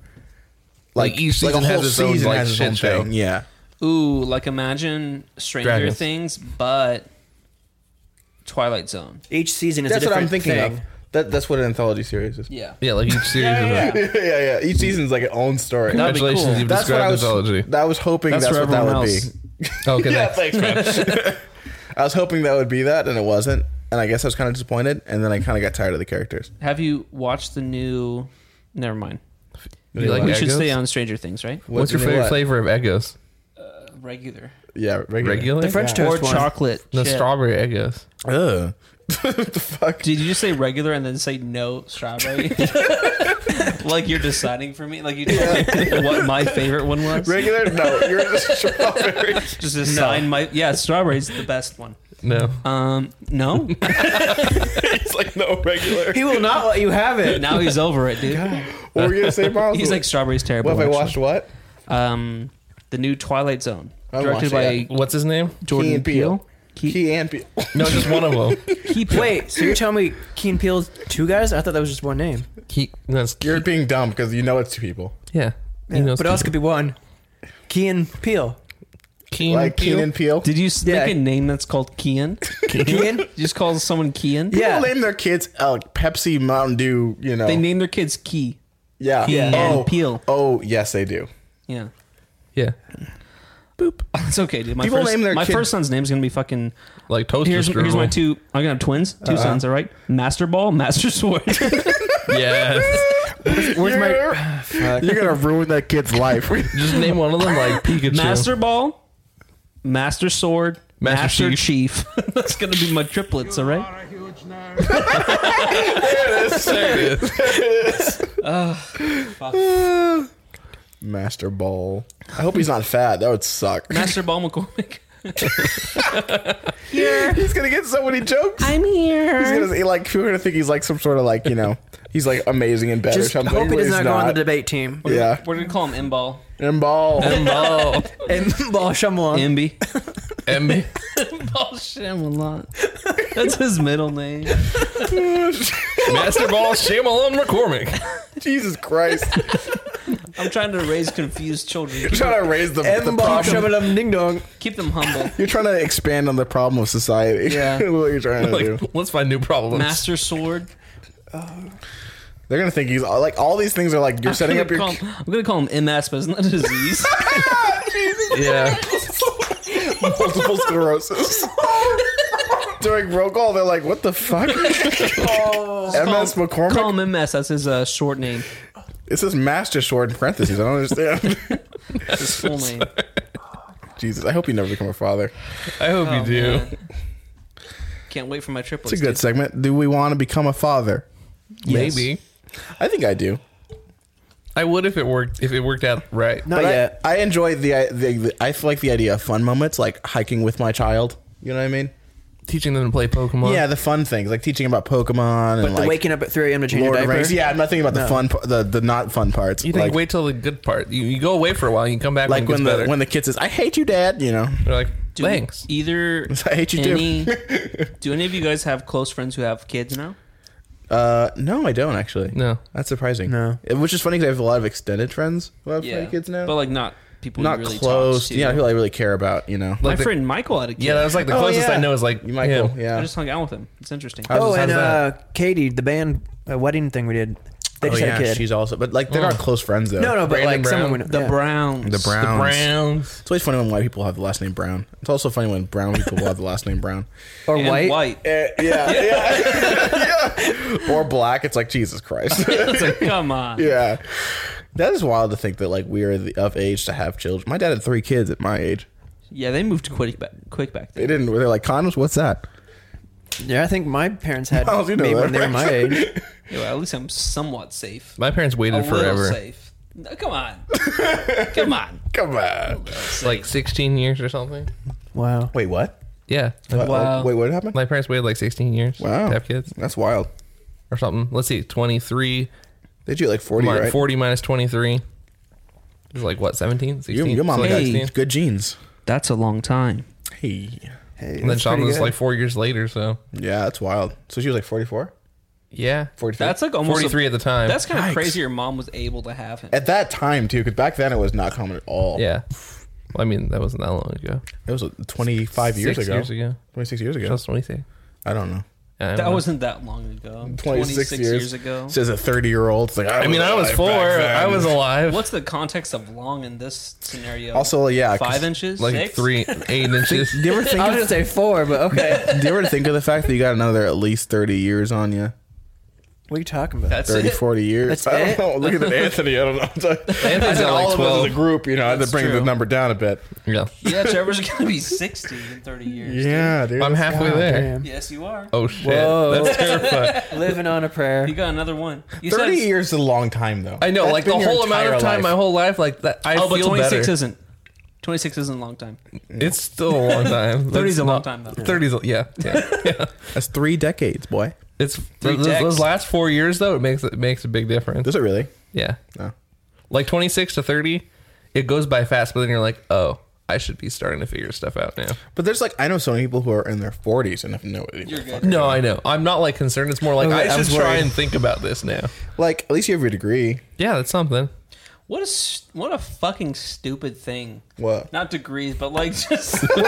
Like, Like, each season has its own, like, shit show. Yeah, Ooh, like imagine Stranger Dragons. Things, but Twilight Zone. Each season is that's a what different I'm thinking thing. of. That, that's what an anthology series is. Yeah. yeah, like each series of that. *laughs* yeah, yeah. Each season's like its own story. That'd be Congratulations, cool. you've that's what I described was. *laughs* mythology. I was hoping that's, That's for what that would everyone be. else. Okay, yeah, *laughs* thanks. thanks, man. I was hoping that would be that, and it wasn't. And I guess I was kind of disappointed. And then I kind of got tired of the characters. Have you watched the new? Never mind. You like we should Eggos? stay on Stranger Things, right? What's your you know favorite what? flavor of Eggos? Regular Yeah, regular. Regular? The French or toast one. chocolate? No, chip. strawberry Eggos. Ugh. *laughs* what the fuck? Did you just say regular and then say no *laughs* strawberry? like you're deciding for me? Like you told me what my favorite one was? Regular? No, you're just *laughs* strawberry. just assign my yeah. Strawberry's the best one. No. Um, no. It's like no regular. He will not let you have *laughs* it. now he's over it, dude. What were you gonna say, Miles? He's like strawberry's terrible. what if I actually." watched what? um, the new Twilight Zone, I haven't directed watched by it yet. What's his name? Jordan Key and Peele. Peele. Key- Key and Peele. *laughs* No, just one of *laughs* them. Key Peele. Wait, so you're telling me Keen Peele's two guys? I thought that was just one name. He, that's, You're being dumb because you know it's two people. yeah. He knows But it else could people. be one. Keen Peele. Keen like Key and Peele. Did you s- Yeah. make a name that's called Kian? Keen? *laughs* You just call someone Kian? Yeah. People name their kids uh, like Pepsi, Mountain Dew. You know. They name their kids Key. yeah. Key and oh, Peele. Oh, yes, they do. Yeah. Yeah. It's okay, dude. My People first, name their my kid- first son's name's gonna be fucking. Like toaster Here's here's my strudel. two. I'm gonna have twins, 2 sons. All right, Master Ball, *laughs* Master Sword. *laughs* Yes. Where's you're, my. *sighs* gonna, *laughs* you're gonna ruin that kid's life. just name one of them like Pikachu. Master Ball, Master Sword, Master Master, Chief. *laughs* that's gonna be my triplets. All right. *laughs* Master Ball. I hope he's not fat. That would suck. *laughs* Master Ball McCormick. *laughs* he's gonna get so many jokes. I'm He's here. gonna he, like people are gonna think he's like some sort of like you know he's like amazing in bed or Just something. hope he but does he's not go on the debate team. *laughs* Yeah, We're gonna call him M Ball. and ball. *laughs* Oh. And Ball Shyamalan. MB. Emmy. Ball Shyamalan. That's his middle name. Master Ball Shyamalan McCormick. *laughs* Jesus Christ! I'm trying to raise confused children. You're trying to raise the, the And Ball problem. Shyamalan Ding Dong. Keep them humble. You're trying to expand on the problem of society. Yeah. *laughs* what you're trying to Like, do. let's find new problems. Master Sword. They're gonna think he's like all these things are like you're setting I'm up gonna your. call him- I'm gonna call him MS, but it's not a disease. *laughs* Yeah. *laughs* multiple sclerosis. During roll call, they're like, "What the fuck?" MS McCormick. call him MS. That's his uh, short name. It says Master Sword in parentheses. I don't understand. *laughs* That's his full name. Jesus, I hope you never become a father. I hope you Oh, do. man. Can't wait for my triplets. It's a good segment. Do we want to become a father? Yes. Maybe. I think I do. I would if it worked if it worked out right. Not But I- yet. I, enjoy the, the, the I like the idea of fun moments, like hiking with my child. You know what I mean? Teaching them to play Pokemon. Yeah, the fun things, like teaching about Pokemon and But the like waking up at 3 a.m. to change Lord of your the diaper. Rings. Yeah, I'm not thinking about the No. fun, p- the the not fun parts. You think like, wait till the good part. You, you go away for a while, you come back like when the when, it gets better. when the kid says, "I hate you, Dad," you know. You're like, Do thanks. Either *laughs* I hate you too. any, do any of you guys have close friends who have kids now? Uh, no, I don't actually. No. That's surprising. No. It- which is funny because I have a lot of extended friends who have like, kids now, but like not people not you really close. talk to. Yeah, who I really care about. You know, my Like the- friend Michael had a kid. Yeah, that was like the Oh, closest yeah. I know is like you Michael. him. Yeah, I just hung out with him. It's interesting. How's Oh, this- how's and that? uh, Katie, the band uh, wedding thing we did. They oh just yeah, had a kid. she's also. But like, they're not close friends though. No, no, but Brandon like Brown. someone we know. The yeah. Browns. The The Browns. Browns. It's always funny when white people have the last name Brown. It's also funny when brown people have the last name Brown. *laughs* Or And white. white. Eh, yeah, *laughs* yeah. Yeah. *laughs* Or black. It's like Jesus Christ. It's like, come on. yeah, that is wild to think that like we are the, of age to have children. My dad had three kids at my age. Yeah, they moved quick back, quick back They then. didn't. They're like condoms. What's that? Yeah, I think my parents had Miles, you know maybe that, when they were right? *laughs* my age. Yeah, well, at least I'm somewhat safe. My parents A waited little forever. safe. No, *laughs* come on. come on. Come on. Like 16 years or something. Wow. Wait, what? Yeah. What- Wow. Uh, oh, Wait, what happened? My parents waited like 16 years Wow. to have kids. That's wild. or something. Let's see, 23. They do like 40, mi- right? 40 minus 23 is like what, 17? 16? Your, your mom So, like, got 16. good genes. That's a long time. Hey. Hey, And then that's pretty Shaman was good. like four years later, so Yeah, that's wild. So she was like 44? yeah. 43? That's like almost a- 43 at the time. That's kind Yikes. of crazy. Your mom was able to have him. At that time, too, because back then it was not common at all. yeah. Well, I mean, that wasn't that long ago. It was uh, 25 years Six ago. years ago. 26 years ago. Just 26. I don't know. I don't That know. wasn't that long ago. 26, years. ago. Says a 30 year old. It's like, I, I mean, I was alive four. back then. I was alive. What's the context of long in this scenario? Also, yeah. 'cause- five inches, like Six? *laughs* three, eight *laughs* inches. *laughs* Do you ever think I was of *laughs* gonna say four, but *laughs* okay. do you ever think of the fact that you got another at least 30 years on you? what are you talking about? That's 30, it. 40 years. That's I don't it? know. Look *laughs* at Anthony. I don't know. I Anthony's said got all like of us as a 12. group, you know, I had to That's bring the true. number down a bit. Yeah. *laughs* Yeah, Trevor's gonna be sixty in thirty years. Yeah, dude. I'm halfway God there. damn. Yes, you are. Oh, shit. Whoa. That's terrifying. *laughs* Living on a prayer. You got another one. You 30 said, years is a long time, though. I know, That's like the been your whole amount entire of time, life. my whole life, like that. I Oh, but feel twenty six better. isn't. Twenty six isn't a long time. It's still a long *laughs* time. 30 is a That's long not- time, though. 30 is, a- yeah. yeah. *laughs* That's three decades, boy. It's Three those, those decks. last four years though. It makes it makes a big difference. Does it really? Yeah, No. like twenty six to thirty, it goes by fast. But then you're like, oh, I should be starting to figure stuff out now. But there's like I know so many people who are in their 40s and have no idea. You're good. No, I know. I'm not like concerned. It's more like Okay, I I should was try worried. and think about this now. Like at least you have your degree. Yeah, that's something. What a s- what a fucking stupid thing. What? Not degrees, but like *laughs* just *laughs* Where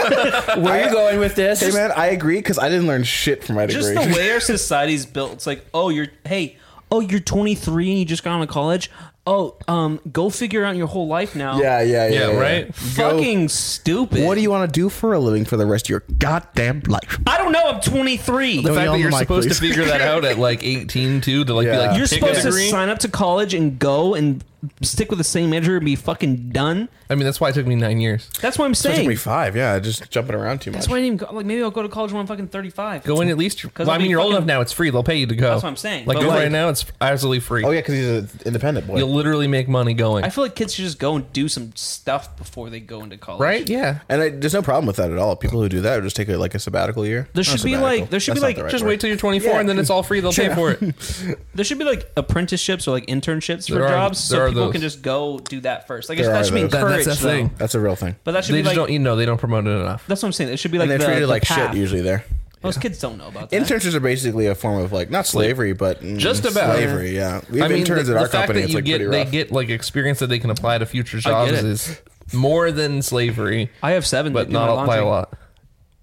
are you going with this? Hey man, I agree because I didn't learn shit from my degree. just the way our society's built. It's like, oh, you're hey, oh, you're 23 and you just got out of college. Oh, um, go figure out your whole life *laughs* now. yeah, yeah, yeah, Yeah, yeah. right? Go- Fucking stupid. What do you want to do for a living for the rest of your goddamn life? I don't know. I'm 23. The Don't fact yell that in you're the mic, supposed please. to figure that out at like 18 too to like Yeah. be like You're You're pick supposed a to degree. sign up to college and go and stick with the same major and be fucking done. I mean, that's why it took me nine years. That's what I'm It took saying. me five. Yeah, just jumping around too much. That's why I didn't even go. Like maybe I'll go to college when I'm fucking 35. Go in at least. Well, I'll I mean, be you're old fucking- enough now. It's free. They'll pay you to go. That's what I'm saying. Like But go like- right now, it's absolutely free. oh yeah, because he's an independent boy. You'll literally make money going. I feel like kids should just go and do some stuff before they go into college. right? Yeah. and I, there's no problem with that at all. People who do that just take a, like a sabbatical year. There Not should be, sabbatical. like- there should That's be, not like, the right Just word. wait till you're 24 and then it's all free. They'll pay for it. There should be like apprenticeships or like internships for There are- jobs, there so are people those. can just go do that first. Like There that are should be those. That- that's encouraged. the though. thing. That's a real thing. But that should They be just like don't, you know, they don't promote it enough. that's what I'm saying. It should be like and they the, treat it the like path. shit usually there. Most kids don't know about that. Interns are basically a form of like not slavery, but mm, Just about. slavery. Yeah, we have interns at our company. It's like get, pretty they rough. get like experience that they can apply to future jobs it. is more than slavery, I have seven, but that do not my apply a laundry. lot.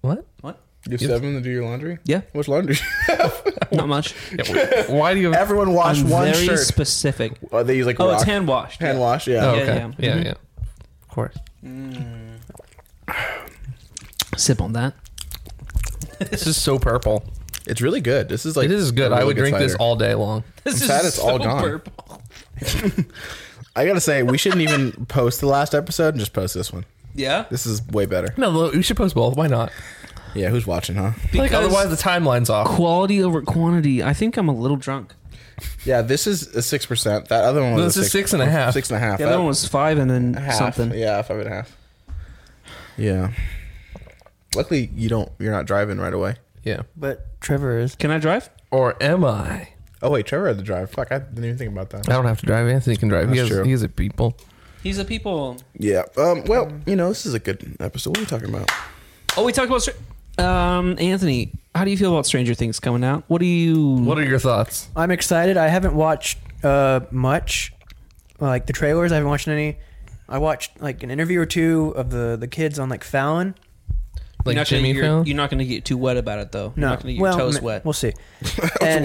What? What? you have seven to do your laundry. Yeah. Which laundry? *laughs* Not much. Why do you? Have, Everyone wash I'm one very shirt. specific. oh, they use like Oh, it's rock- hand washed. hand yeah. wash. *laughs* Yeah. oh, yeah, okay. Yeah, yeah. yeah. Of course. Sip on that. This is so purple. It's really good. This is like It is good. a really I would drink this cider. all day long. This sad it's all gone. purple. I gotta say, we shouldn't even *laughs* post the last episode and just post this one. Yeah. This is way better. No, look, we should post both. Why not? Yeah, who's watching, huh? like, otherwise the timeline's off. quality over quantity. I think I'm a little drunk. Yeah, this is a six percent. That other one was This a is six and a half. Six and a half. The other That- one was five and then half. something. Yeah, five and a half. Yeah. Luckily, you don't. You're not driving right away. Yeah. But Trevor is. Can I drive? Or am I? Oh wait, Trevor had to drive. Fuck, I didn't even think about I that. don't have to drive. Anthony can drive. he That's has, true. He has a people. He's a people. Yeah. Um. Well, you know, this is a good episode. What are we talking about? Oh, we talked about. Str- um, Anthony, how do you feel about Stranger Things coming out? What do you? What are your thoughts? I'm excited. I haven't watched uh, much, like the trailers. I haven't watched any. I watched like an interview or two of the the kids on like Fallon. Like you're not Jimmy gonna, Fallon? you're, you're not going to get too wet about it though. No, you're not going to get well, your toes ma- wet. We'll see. That's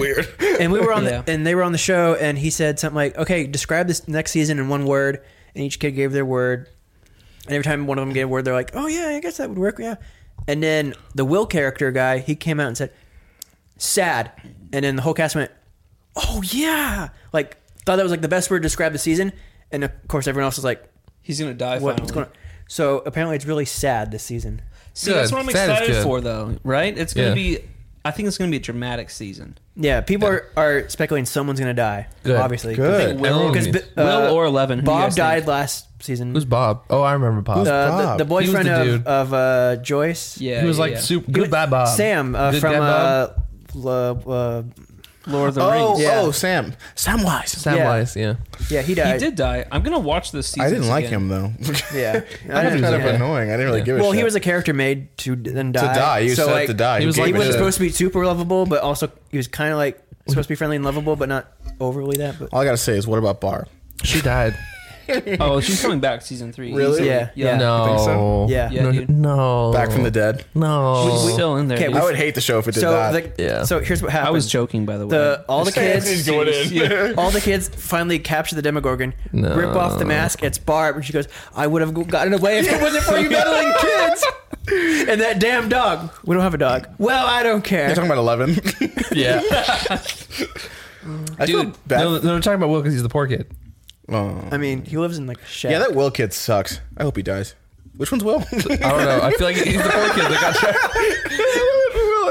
*laughs* weird. and we were on Yeah. the and they were on the show, and he said something like, "Okay, describe this next season in one word," and each kid gave their word. And every time one of them gave a word, they're like, "Oh yeah, I guess that would work." Yeah. And then the Will character guy, he came out and said, "Sad," and then the whole cast went, "Oh yeah!" Like thought that was like the best word to describe the season, and of course everyone else was like, He's going to die "What- finally. "What's going on?" So apparently, it's really sad this season. See, that's Good. what I'm That is excited good. for though, right? It's going to Yeah. be. I think it's going to be a dramatic season. Yeah, people Are, are speculating someone's gonna die. Good. Obviously, Good. Will- Everyone Because needs- Bi- uh, Will or Eleven? Who do you Bob guys think? died last season. Who's Bob? Oh, I remember Bob. uh, the, Bob? the He was boyfriend the dude. of, of uh, Joyce? Yeah, he was yeah, like yeah. super He was- good guy Bob. Sam uh, Good from guy Bob? uh, Lo- uh, Lord of the Oh, Rings. Yeah. oh, Sam, Samwise. Samwise, yeah. Yeah, he He died. did die. I'm gonna watch this season. I didn't like him *laughs* though. *laughs* Yeah. that was kind of Yeah. annoying. I didn't really give a well, shit. he was a character made to then die. to die. He was so set like, to die. he was He gave like a was Yeah. shit. supposed to be super lovable, but also he was kind of like supposed to be friendly and lovable, but not overly that. But All I gotta say is, what about Barb? She died. Oh, she's coming back season three. Really? Easily. yeah, yeah. No. think so? Yeah. Yeah, no, dude. no. Back from the dead. No. She's still in there. Okay, dude. we- I would hate the show if it did So that. the, Yeah. so here's what happened. I was joking, by the way. the all the *laughs* kids going in. *laughs* all the kids finally capture the Demogorgon, No. rip off the mask. It's Barb, and she goes, "I would have gotten away if it wasn't for you meddling *laughs* kids." And that damn dog. We don't have a dog. Well, I don't You're care. talking about *laughs* Eleven. *laughs* yeah. I feel *laughs* Dude, bad. no, no, we're talking about Will because he's the poor kid. Oh. I mean, he lives in like a shack. yeah, that Will kid sucks. I hope he dies. Which one's *laughs* Will? I don't know. I feel like he's the poor kid that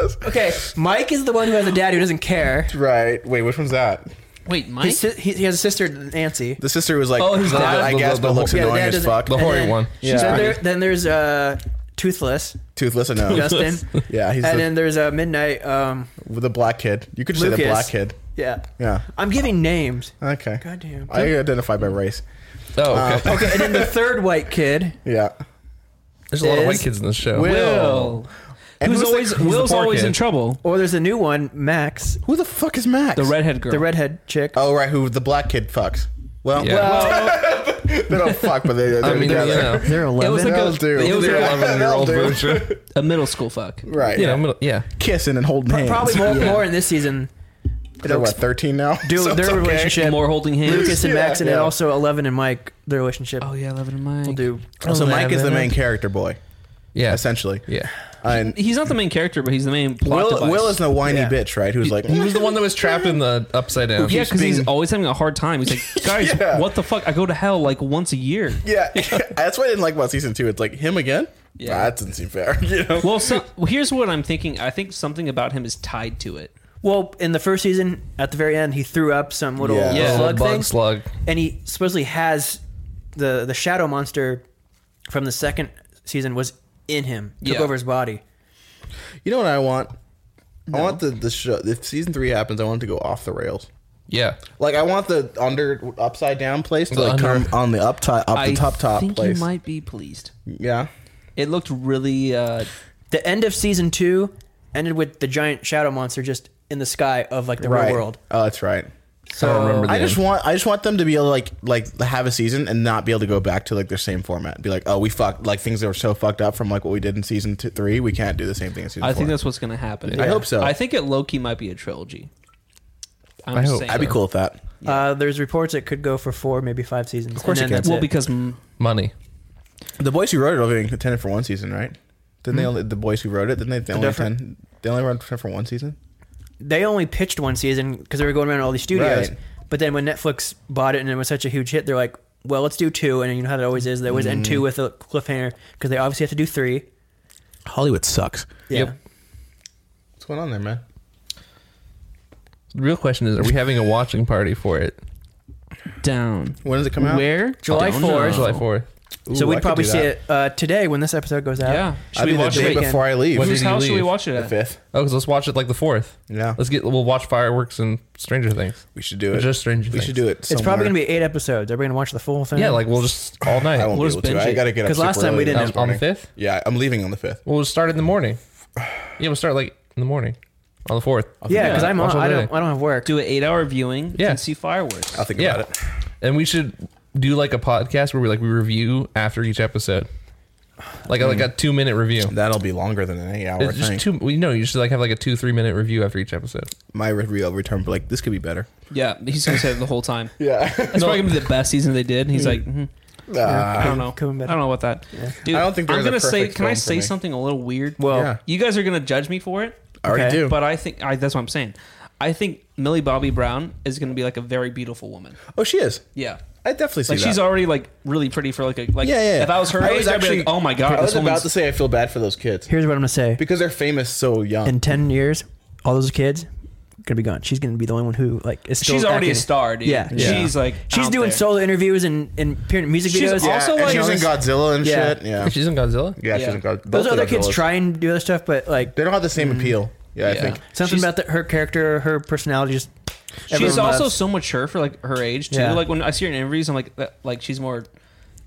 got shot. okay, Mike is the one who has a dad who doesn't care. right. Wait, which one's that? Wait, Mike. His, si- he, he has a sister, Nancy. The sister was like, Oh, he's I- the- I the- guess, the- but the- looks yeah, the dad annoying as doesn't- fuck. The And hoary then- one. Yeah. Then, there, then there's uh, Toothless, *laughs* Toothless, I know. Justin. Yeah, he's and the, then there's uh, Midnight. Um, *laughs* the black kid. You could just say the Lucas. black kid. yeah. Yeah. I'm giving names. Okay. Goddamn. I identify by race. *laughs* Oh, okay. *laughs* Okay, and then the third white kid. Yeah. There's a lot of is- white kids in this show. Will. Will. And Who's who's the- always who's the Will's poor always kid? in trouble. Or there's a new one, Max, Who the fuck is Max? The redhead girl. the redhead chick. Oh, right. Who the black kid fucks. Well, Yeah. Well, *laughs* they don't fuck, but they, they're *laughs* I mean, you together. know, they're 11. It was like That'll a, do. it was they're like That'll 11 year old do. version. a middle school fuck. Right. You know, middle, yeah. Kissing and holding hands. probably more, more in this season. They're what, 13 now? Dude, *laughs* So it's their okay. relationship. More holding hands. Lucas *laughs* and Yeah, Max, and then yeah. also Eleven and Mike, their relationship. Oh yeah, Eleven and Mike. will do. So Mike is the main character boy, Yeah. essentially. Yeah. And He's not the main character, but he's the main plot Will, device. Will is the whiny Yeah. bitch, right? Who's like, He was the one that was trapped in the upside down. yeah, because he's being- always having a hard time. He's like, *laughs* guys, Yeah. what the fuck? I go to hell like once a year. *laughs* yeah. *laughs* That's what I didn't like about season two. It's like him again. Yeah. Nah, that doesn't seem fair. *laughs* You know, Well, so, well, here's what I'm thinking. I think something about him is tied to it. Well, in the first season, at the very end, he threw up some little Yeah. Yeah. slug bug thing, slug. and he supposedly has the the shadow monster from the second season was in him, took Yeah. over his body. you know what I want? I want the the show. If season three happens, I want it to go off the rails. Yeah. Like I want the under upside down place to The like under- come on the up top up the top top think place. you might be pleased. yeah. It looked really. Uh, The end of season two ended with the giant shadow monster just in the sky of like the Right. real world. Oh, that's right. So I don't remember the I just end. want I just want them to be able to like like have a season and not be able to go back to like their same format. Be like, oh, we fucked like things that were so fucked up from like what we did in season two, three. We can't do the same thing in season. I think four. that's what's going to happen. I hope so. I think it Loki might be a trilogy. I'm I just hope saying. I'd be cool with that. Uh, there's reports it could go for four, maybe five seasons. Of course it can. Well, because mm, Money. The boys who wrote it only contended for one season, right? Then they only the boys who wrote it. Then they, they only different- ten, they only wrote it for one season. they only pitched one season because they were going around all these studios. Right. But then when Netflix bought it and it was such a huge hit, they're like, well, let's do two. And you know how that always is. They always end two with a cliffhanger because they obviously have to do three. Hollywood sucks. Yeah. Yep. What's going on there, man? The real question is, are we having a watching party for it? down. When does it come out? Where? July Don't 4th. know. July 4th. Ooh, so I we'd could probably do see that. it uh, today when this episode goes out. Yeah. I'll Should be we the watch day it? weekend? before I leave. What Whose did you house should we leave? watch it the at? fifth. Oh, because let's watch it like the 4th. Yeah, Let's get, we'll watch fireworks and Stranger Things. we should do it. Just Stranger we Things. should do it. It's probably going to be eight episodes. Are we going to watch the full thing? Yeah, like we'll just all night. I won't We'll be able just to. binge I it. gotta get up 'Cause last super time we early didn't. this On- on the morning. 5th? Yeah, I'm leaving on the fifth. We'll start in the morning. Yeah, we'll start like in the morning on the 4th. Yeah, because I'm Watch on, all I day. don't I don't have work. Do an eight-hour viewing. Yeah. And see fireworks. I'll think Yeah. about it. And we should do like a podcast where we like we review after each episode. Like a like Hmm. a two minute review. That'll be longer than an eight-hour It's thing. just two. We know you should like have like a two three minute review after each episode. My review will return, but like this could be better. Yeah. He's going to say it the whole time. *laughs* Yeah, It's probably gonna be the best season they did. And he's like, mhm, uh, I don't know, Coming I back. don't know about that. Dude, I don't think I'm there's a gonna say. perfect Can I film for say me. something a little weird? Well, Yeah. you guys are gonna judge me for it, I already Okay. do. but I think I, that's what I'm saying. I think Millie Bobby Brown is gonna be like a very beautiful woman. oh, she is. Yeah. I definitely see Like that. she's already like really pretty for like a like. Yeah, yeah. yeah. If I was her age, I'd be like, oh my god, I was this about woman's. to say I feel bad for those kids here's what I'm going to say. because they're famous so young. In 10 years, all those kids going to be gone. She's going to be the only one who like is still she's already a acting. star, dude. Yeah. Yeah. She's like She's out doing there. solo interviews and, and appearing in music She's videos. awesome. yeah, also, and like- she's in Godzilla and *laughs* Yeah. shit. Yeah, She's in Godzilla. yeah, Yeah. she's in Godzilla. Those other kids try and do other stuff, but like Mm. They don't have the same appeal. Yeah, I Yeah. think. Something She's- about the, her character, her personality, just She's everyone also loves. so mature for like her age too. Yeah. Like when I see her in interviews, I'm like, that, like she's more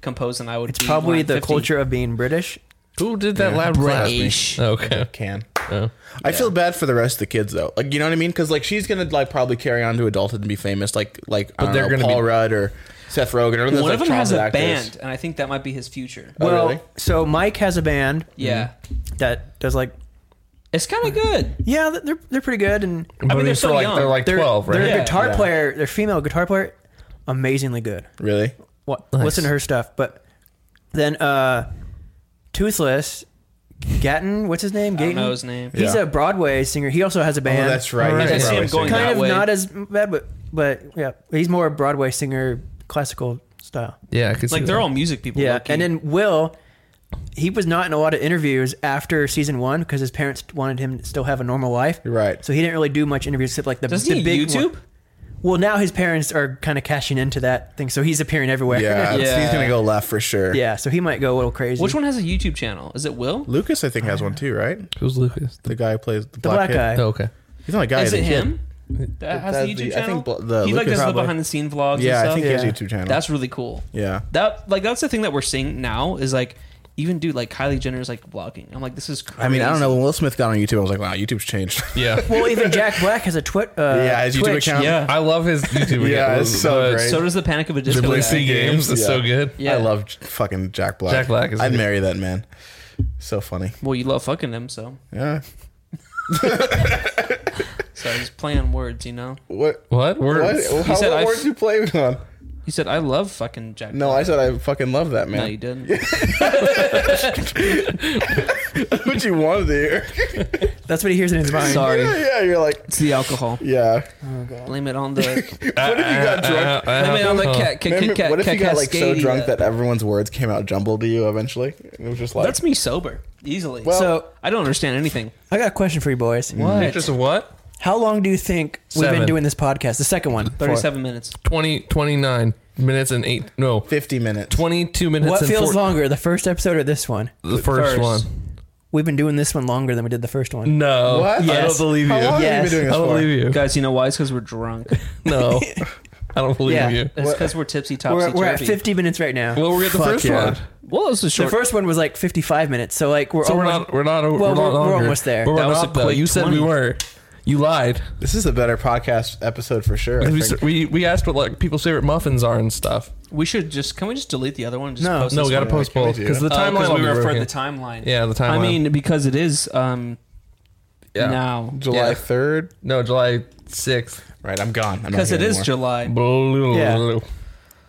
composed than I would. It's be probably when I'm the 50. culture of being British. Who did that Yeah. loud British. blast? Okay. Can. Oh. I feel bad for the rest of the kids though. Like you know what I mean? Because like she's gonna like probably carry on to adulthood and be famous. Like like I But don't they're know, gonna Paul be- Rudd or Seth Rogen. Or those, One like, of them has a childhood actors. band, and I think that might be his future. Oh, well, really? so Mike has a band Yeah, that does like, it's kind of good. yeah, they're they're pretty good, and But I mean, they're for so like young. they're like their twelve, right? their Yeah. guitar Yeah. player, their female guitar player, amazingly good. Really? Oh, What, Nice. Listen to her stuff, but then uh, Toothless, Gatton, what's his name? I don't Gaten. know his name. He's Yeah. a Broadway singer. He also has a Oh, band. that's right. Alright. He's I see probably him singing. going kind that of way. not as bad, but but yeah, he's more Broadway singer, classical style. Yeah, I could see Like they're that. all music people. Yeah, low-key. and then Will, he was not in a lot of interviews after season one because his parents wanted him to still have a normal life. You're right. So he didn't really do much interviews except like the, does the he big YouTube? one- Well, now his parents are kind of cashing into that thing, so he's appearing everywhere. *laughs* Yeah, Yeah. he's gonna go left for sure. Yeah, so he might go a little crazy. Which one has a YouTube channel? Is it Will? Lucas, I think, has one too, right? Who's Lucas? The guy who plays the The black, black, kid. guy. Oh, okay. He's not a guy. Is the it kid. him? That has That's the the- YouTube I channel. think bl- the he Lucas like does the probably. behind the scene vlogs. Yeah, and stuff. I think he has a Yeah. YouTube channel. That's really cool. yeah. That like that's the thing that we're seeing now is like even dude like Kylie Jenner's like vlogging. I'm like this is crazy. I mean, I don't know. When Will Smith got on YouTube, I was like, wow, YouTube's *laughs* changed. Yeah. Well, even Jack Black has a twit. Uh, Yeah, his YouTube Twitch. account. Yeah. I love his YouTube. Yeah, account. it's so Uh, great. So does the Panic of a Disco. Triple guy. C games. It's Yeah. so good. Yeah. I love j- fucking Jack Black. Jack Black is I'd good. marry that man. So funny. Well, you love fucking him, so Yeah. so he's playing words, you know. What? What? What? Words. How said what I words f- you playing on? He said, "I love fucking Jack." No, I said I fucking love that no, you man. *laughs* didn't. *laughs* what you wanted to *laughs* hear? That's what he hears in his mind. *laughs* Sorry, yeah, you're like, it's the alcohol. yeah. Blame it *laughs* on the. What if you got drunk? Blame it on the cat. Remember- what if you got like so cascadia. drunk that everyone's words came out jumbled to you eventually? It was just like That's me sober easily. Well- so I don't understand anything. I got a question for you boys. What? Just what? Mm. How long do you think we've Seven. been doing this podcast? The second one. Thirty-seven minutes. 20, 29 minutes and eight. No, 50 minutes. 22 minutes What and feels four, longer, the first episode or this one? the first, First. one. We've been doing this one longer than we did the first one. No. What? I don't Yes. believe you. How long have Yes. you been doing I this don't Oh, for? believe *laughs* you. Guys, you know why? It's because *laughs* we're drunk. No. *laughs* I don't believe Yeah. you. It's because we're tipsy topsy We're, turvy. we're at 50 minutes right now. Well, we're at the Fuck first yeah. one. Well, it's a the short. first one was like 55 minutes, so like we're So we're almost. not. We're not. we're, not we're- we're longer. almost there. But we're That was not a though. quick You said we 20. were. You lied. This is a better podcast episode for sure. I We, think. we we asked what like people's favorite muffins are and stuff. we should just. Can we just delete the other one? and Just No. post No, this we got to one? post Can we both do because the that? Oh, 'cause timeline. will we be referred broken. the timeline. Yeah, the timeline. I mean, because it is um Yeah. now. July Yeah. 3rd. No, July sixth. Right, I'm gone. I'm not Because here it is anymore. July. Yeah.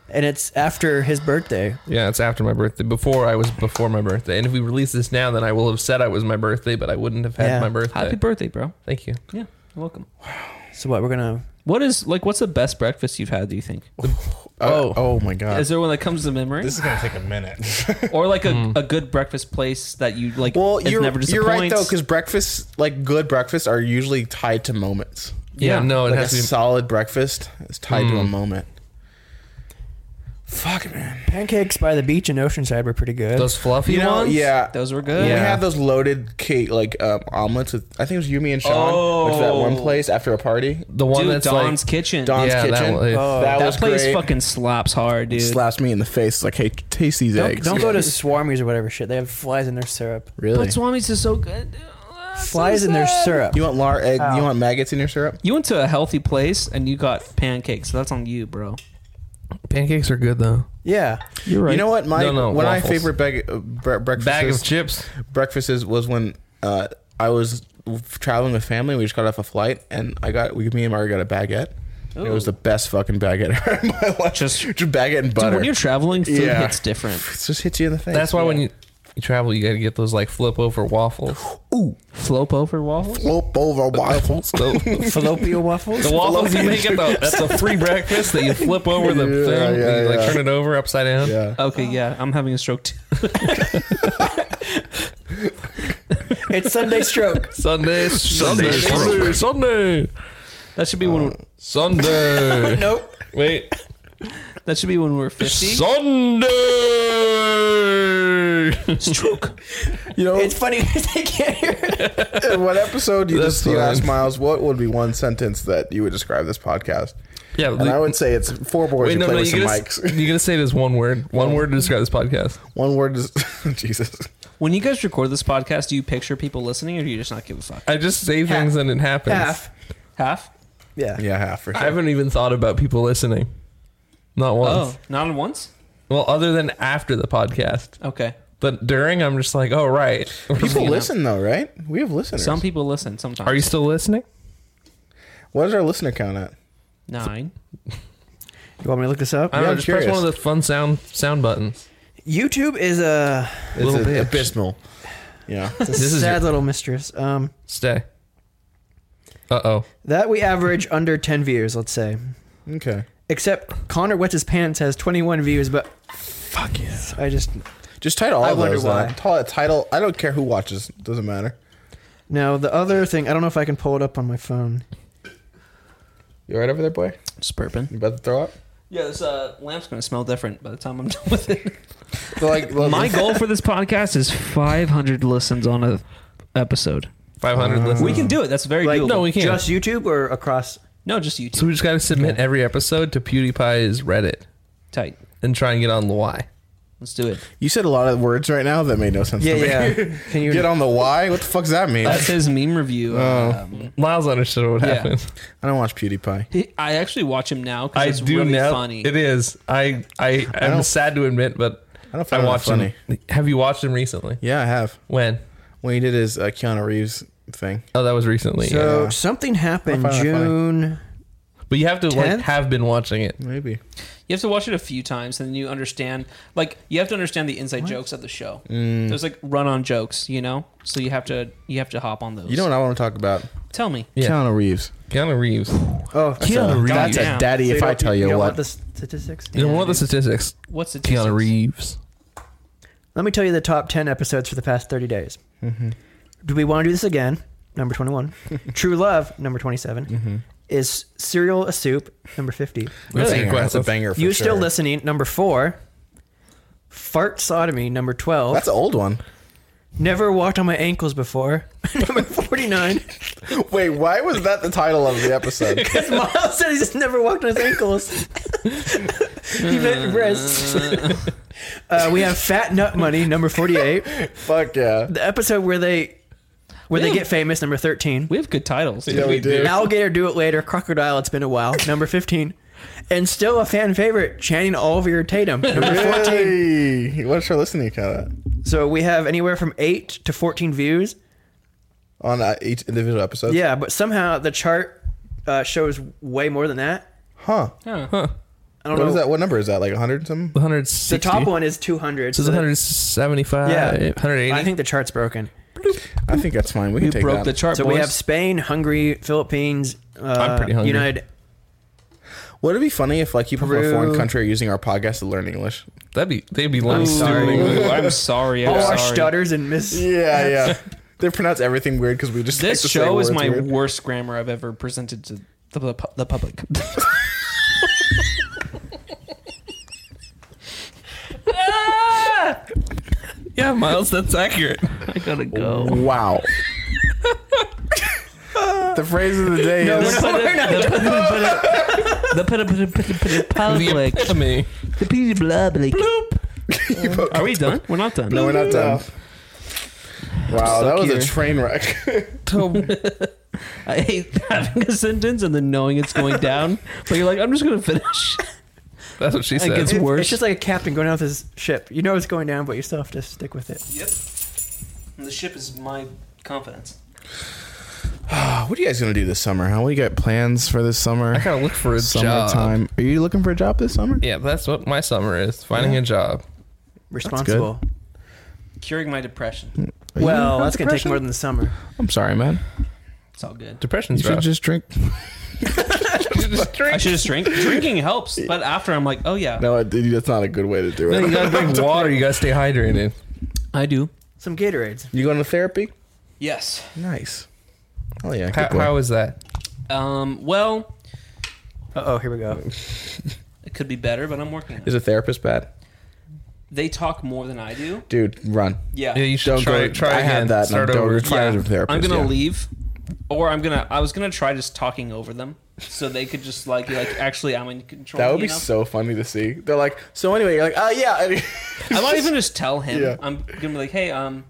and it's after his birthday. yeah, it's after my birthday. Before I was before my birthday, and if we release this now, then I will have said I was my birthday, but I wouldn't have had Yeah. my birthday. Happy birthday, bro. Thank you. Yeah, you're welcome. So what? We're gonna. What is like? What's the best breakfast you've had? Do you think? Oh, oh my god. Is there one that comes to memory, this is gonna take a minute. or like a, Hmm. a good breakfast place that you *laughs* like? well, is you're never you're disappoints. right though, because breakfast, like good breakfasts, are usually tied to moments. Yeah, Yeah. no, it like has a to be. solid breakfast is tied to a moment. Fuck man. Pancakes by the beach in Oceanside were pretty good. Those fluffy You know, ones. yeah. those were good. We Yeah. had those loaded cake like um, omelets with I think it was Yumi and Sean went to that one Oh. place after a party. The one Dude, that's Don's like Kitchen. Don's Yeah, that kitchen. one- Oh. that, that was place great. fucking slaps hard, dude. slaps me in the face like, hey, taste these don't, eggs. don't go to Swarmies or whatever shit. They have flies in their syrup. really. But Swami's is so good. dude. Ah, it's so Flies in their sad. syrup. You want lar egg? You want maggots in your syrup? You went to a healthy place and you got pancakes. So that's on you, bro. pancakes are good though. yeah. You're right. You know what? My No, no, one of my waffles. favorite bag, uh, bre- breakfasts Bag of chips. breakfasts was when uh, I was traveling with family. We just got off a flight, and I got we me and Mario got a baguette. And It was the best fucking baguette *laughs* ever in my life. Just, baguette and Dude, butter. when you're traveling, food Yeah. hits different. it just hits you in the face. That's why when you, you travel, you got to get those like flip over waffles. Flop over waffles. Slope over waffles. *laughs* the Fallopian *laughs* waffles. waffles you make at the that's a free breakfast that you flip over the Yeah, thing, and yeah, you, like yeah. turn it over upside down. yeah. Okay, yeah, I'm having a stroke too. *laughs* it's Sunday stroke. Sunday, Sunday, Sunday, Sunday, Uh, That should be one. Sunday. *laughs* nope. *laughs* Wait, That should be when we're 50. Sunday. Stroke. *laughs* You know, It's funny *laughs* because they can't hear it. *laughs* in what episode you That's just you fine. asked Miles what would be one sentence that you would describe this podcast? Yeah, and I would say it's four boys who play with some you're gonna, mics. *laughs* Oh. you're gonna say it as one word. One word to describe this podcast. One word is *laughs* Jesus. When you guys record this podcast, do you picture people listening or do you just not give a fuck? I just say things and it happens. Half. Half? Yeah. Yeah, half for I sure. haven't even thought about people listening. Not once. Oh, not at once? Well, other than after the podcast. Okay. But during, I'm just like, oh, right. People listen though, right? We have listeners. Some people listen sometimes. Are you still listening? what is our listener count at? Nine. You want me to look this up? I don't Yeah, know. I'm Just press curious. one of the fun sound sound buttons. YouTube is a, It's Little a- bitch. abysmal. Yeah. it's a This is sad your- little mistress. Um, Stay. Uh oh. that we average under 10 views, let's say. Okay. Except Connor Wets His Pants has 21 views, but fuck yeah. I just, Just title all I those. wonder then. why. Title- title. I don't care who watches. Doesn't matter. no, the other thing, I don't know if I can pull it up on my phone. You all right over there, boy? Just burping. You about to throw up? Yeah, this uh, lamp's going to smell different by the time I'm *laughs* done with it. *laughs* They're like My goal for this podcast is 500 listens on a episode. Five hundred Uh, listens. We can do it. That's very Like, doable. no, we can't. Just YouTube or across? No, just YouTube. so we just got to submit every episode to PewDiePie's Reddit Tight. and try and get on the Y. Let's do it. you said a lot of words right now that made no sense Yeah, to me. *laughs* yeah. Can you *laughs* Get on the Y? What the fuck's that mean? That's his meme review. Oh. Um, Miles understood what Yeah. happened. I don't watch PewDiePie. he- I actually watch him now *laughs* because I it's do really now. funny. It is. I I am don't- sad to admit, but I don't find I it watched funny. him. Have you watched him recently? Yeah, I have. When? When he did his uh, Keanu Reeves thing. Oh, that was recently. yeah. So Yeah. something happened I find that funny. June. But you have to like Tenth? have been watching it. Maybe. You have to watch it a few times, and then you understand. Like you have to understand the inside jokes of the show. There's like run-on jokes, you know. So you have to you have to hop on those. You know what I want to talk about? Tell me. Yeah. Keanu Reeves. Keanu Reeves. You Oh, So, Reeves. That's a Goddamn. daddy So if don't- I tell you, you don't what. want the statistics. know, one of the statistics. What's the Keanu Reeves. Let me tell you the top 10 episodes for the past 30 days. Mm-hmm. Do we want to do this again? *laughs* Number 21. True Love, number 27. Mm-hmm. Is Cereal a Soup, number 50. That's, Really? a banger. That's a banger for you sure. Still Listening, number 4. Fart Sodomy, number 12. That's an old one. Never Walked on My Ankles Before, *laughs* number 49. *laughs* Wait, why was that the title of the episode? *laughs* Because Miles said he's just never walked on his ankles. he meant *laughs* wrists. uh, we have Fat Nut Money, number 48. Fuck yeah. The episode where they where they Yeah. get famous, number 13. We have good titles. Yeah, we do. Alligator Do It Later, Crocodile It's Been a While, number 15. And still a fan favorite, Channing Oliver Tatum, number 14. Hey, what's your listening count at? So we have anywhere from 8 to 14 views. on uh, each individual episode? Yeah, but somehow the chart uh, shows way more than that. Huh. Huh. I don't What know. is that? What number is that? Like 100 and something? One hundred sixty. The top one is 200. This is so one that- hundred seventy-five. Yeah. Yeah. One hundred eighty. I think the chart's broken. I think that's fine. We can Who take broke that. the chart? So boys? we have Spain, Hungary, Philippines, uh, pretty hungry. United. Would it be funny if like people from a Peru. foreign country are using our podcast to learn English? That'd be. They'd be learning. sorry. stupid English. Ooh, I'm sorry. I'm *laughs* All our sorry. stutters and miss. *laughs* Yeah, yeah. they pronounce everything weird because we just like This to say show is words my weird. worst grammar I've ever presented to the, the, pu- the public. Yeah, Miles. That's *laughs* accurate. *laughs* I gotta go. *laughs* *laughs* Wow. the phrase of the day No, is no, no, *laughs* we're not done. *laughs* The the public. epitome. The public. Are we done? We're not done. no, *laughs* we're not done. Wow, that was here. a train wreck. *laughs* *laughs* I hate having a sentence and then knowing it's going down, but you're like, I'm just gonna finish. That's what she That said. gets It's, worse. it's just like a captain going out with his ship. You know it's going down, but you still have to stick with it. Yep. the ship is my confidence. what are you guys gonna do this summer? Huh? What do you got plans for this summer? I gotta look for a job. Summertime. Are you looking for a job this summer? Yeah, that's what my summer is. Finding a job. Responsible. Curing my depression. Are you well, having that's going to take depression? more than the summer. I'm sorry, man. It's all good. Depression's You should rough. *laughs* just *laughs* drink. You should just I drink. should just drink. Drinking helps, but after I'm like, oh yeah, No, dude, that's not a good way to do No, you it. gotta drink water. You gotta stay hydrated. I do. Some Gatorades. *laughs* You going to therapy? Yes. Nice. Oh yeah. How, good boy. how is that? Um. Well, Uh oh, here we go. it could be better, but I'm working. on it. Is a therapist bad? They talk more than I do. Dude, run. Yeah, Yeah, you should Don't try. go. Try I again. had that. and Start I'm, over. Don't, try a therapist. I'm gonna yeah. leave, or I'm gonna. I was gonna try just talking over them, so they could just like be like actually I'm in control. That would you be know? so funny to see. They're like, so anyway, you're like, oh yeah. *laughs* I might even just tell him. Yeah. I'm gonna be like, hey, um,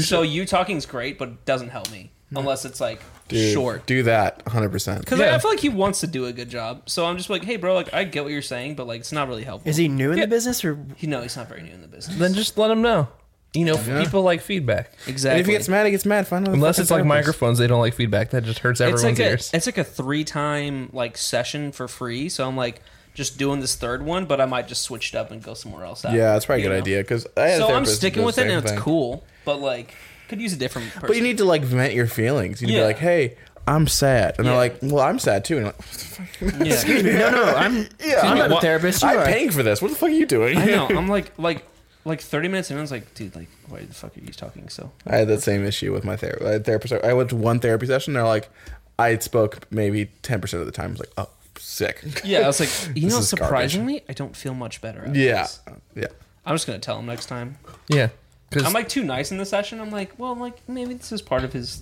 so you talking is great, but it doesn't help me unless it's like Dude, short. Do that 100%. Because I Yeah. feel like he wants to do a good job, so I'm just like, hey, bro, like I get what you're saying, but like it's not really helpful. Is he new in Yeah. the business or He no, he's not very new in the business. Then just let them know. You know, people like feedback. exactly. And if he gets mad, he gets mad. Find another Unless fucking it's like therapist. microphones, they don't like feedback. That just hurts everyone's it's like ears. a it's like a three time like session for free. So I'm like just doing this third one, but I might just switch it up and go somewhere else. Yeah, that's probably a you good know? idea because I had a So I'm therapist that sticking did with the it, and same it's thing. cool. But like, could use a different. Person. But you need to like vent your feelings. You need Yeah. to be like, hey, I'm sad. And Yeah. they're like, well, I'm sad too. And you're like, Yeah. no? No, Oh, I'm. I'm not Wha- a therapist. You're I'm all right. paying for this. What the fuck are you doing? *laughs* *laughs* I know. I'm like like like 30 minutes, and I was like, dude, like, why the fuck are you *laughs* talking so? I had that same issue with my therapist. I, had therapist. I went to one therapy session. They're like, I spoke maybe 10% of the time. I was like, oh, sick. Yeah, I was like, you This know, is garbage. surprisingly, I don't feel much better. *laughs* after Yeah. this. Yeah. I'm just gonna tell him next time. yeah, because I'm like too nice in the session. I'm like, well, like maybe this is part of his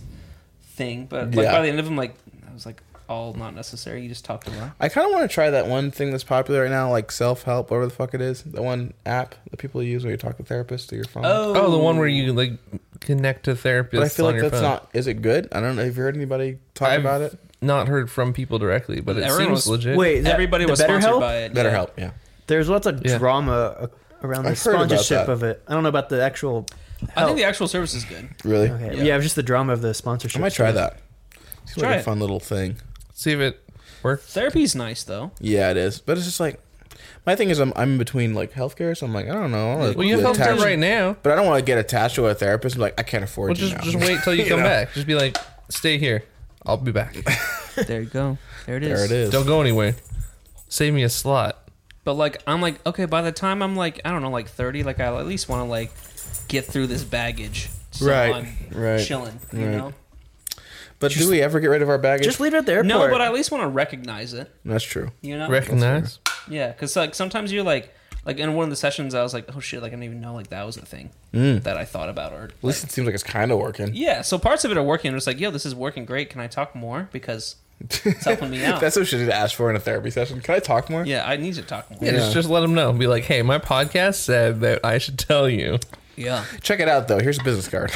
thing, but like Yeah. by the end of him, like I was like, all not necessary. You just talked a lot. I kind of want to try that one thing that's popular right now, like self help, whatever the fuck it is. The one app that people use where you talk to therapists through your phone. oh, the one where you like connect to therapists. but I feel on like your that's phone. not. Is it good? I don't know. Have you heard anybody talk I've about it? not heard from people directly, but it Everyone seems was- legit. Wait, that- everybody the was BetterHelp? sponsored by it. BetterHelp. yeah. Yeah. There's lots of Yeah. drama uh, around the I've heard about sponsorship that. of it. I don't know about the actual. I help. think the actual service is good. Really? okay. yeah. Yeah. just the drama of the sponsorship. I might try that. It's Try like it. a fun little thing. see if it works. Therapy's nice though. Yeah, it is. But it's just like my thing is I'm I'm in between like healthcare, so I'm like I don't know. I wanna Well, you get have attached- healthcare right now. But I don't want to get attached to a therapist. and be like I can't afford Well, you just now. just wait *laughs* till you You come know? back. Just be like, stay here. I'll be back. There you go. There it is. There it is. don't go anywhere. Save me a slot. But like I'm like okay. By the time I'm like I don't know like 30, like I at least want to like get through this baggage. So Right, I'm right, Chilling. You right. know. but do we ever get rid of our baggage? Just leave it at the airport. No, but I at least want to recognize it. That's true. You know. Recognize. Yeah, because like sometimes you're like like in one of the sessions I was like oh shit like I didn't even know like that was a thing Mm. that I thought about or At least it seems like it's kind of working. yeah. So parts of it are working. I'm just like yo, this is working great. Can I talk more because it's *laughs* helping me out. That's what should to ask for in a therapy session. Can I talk more? yeah, I need to talk more. And just, just let them know. Be like, hey, my podcast said that I should tell you. Yeah, Check it out though. Here's a business *laughs* card.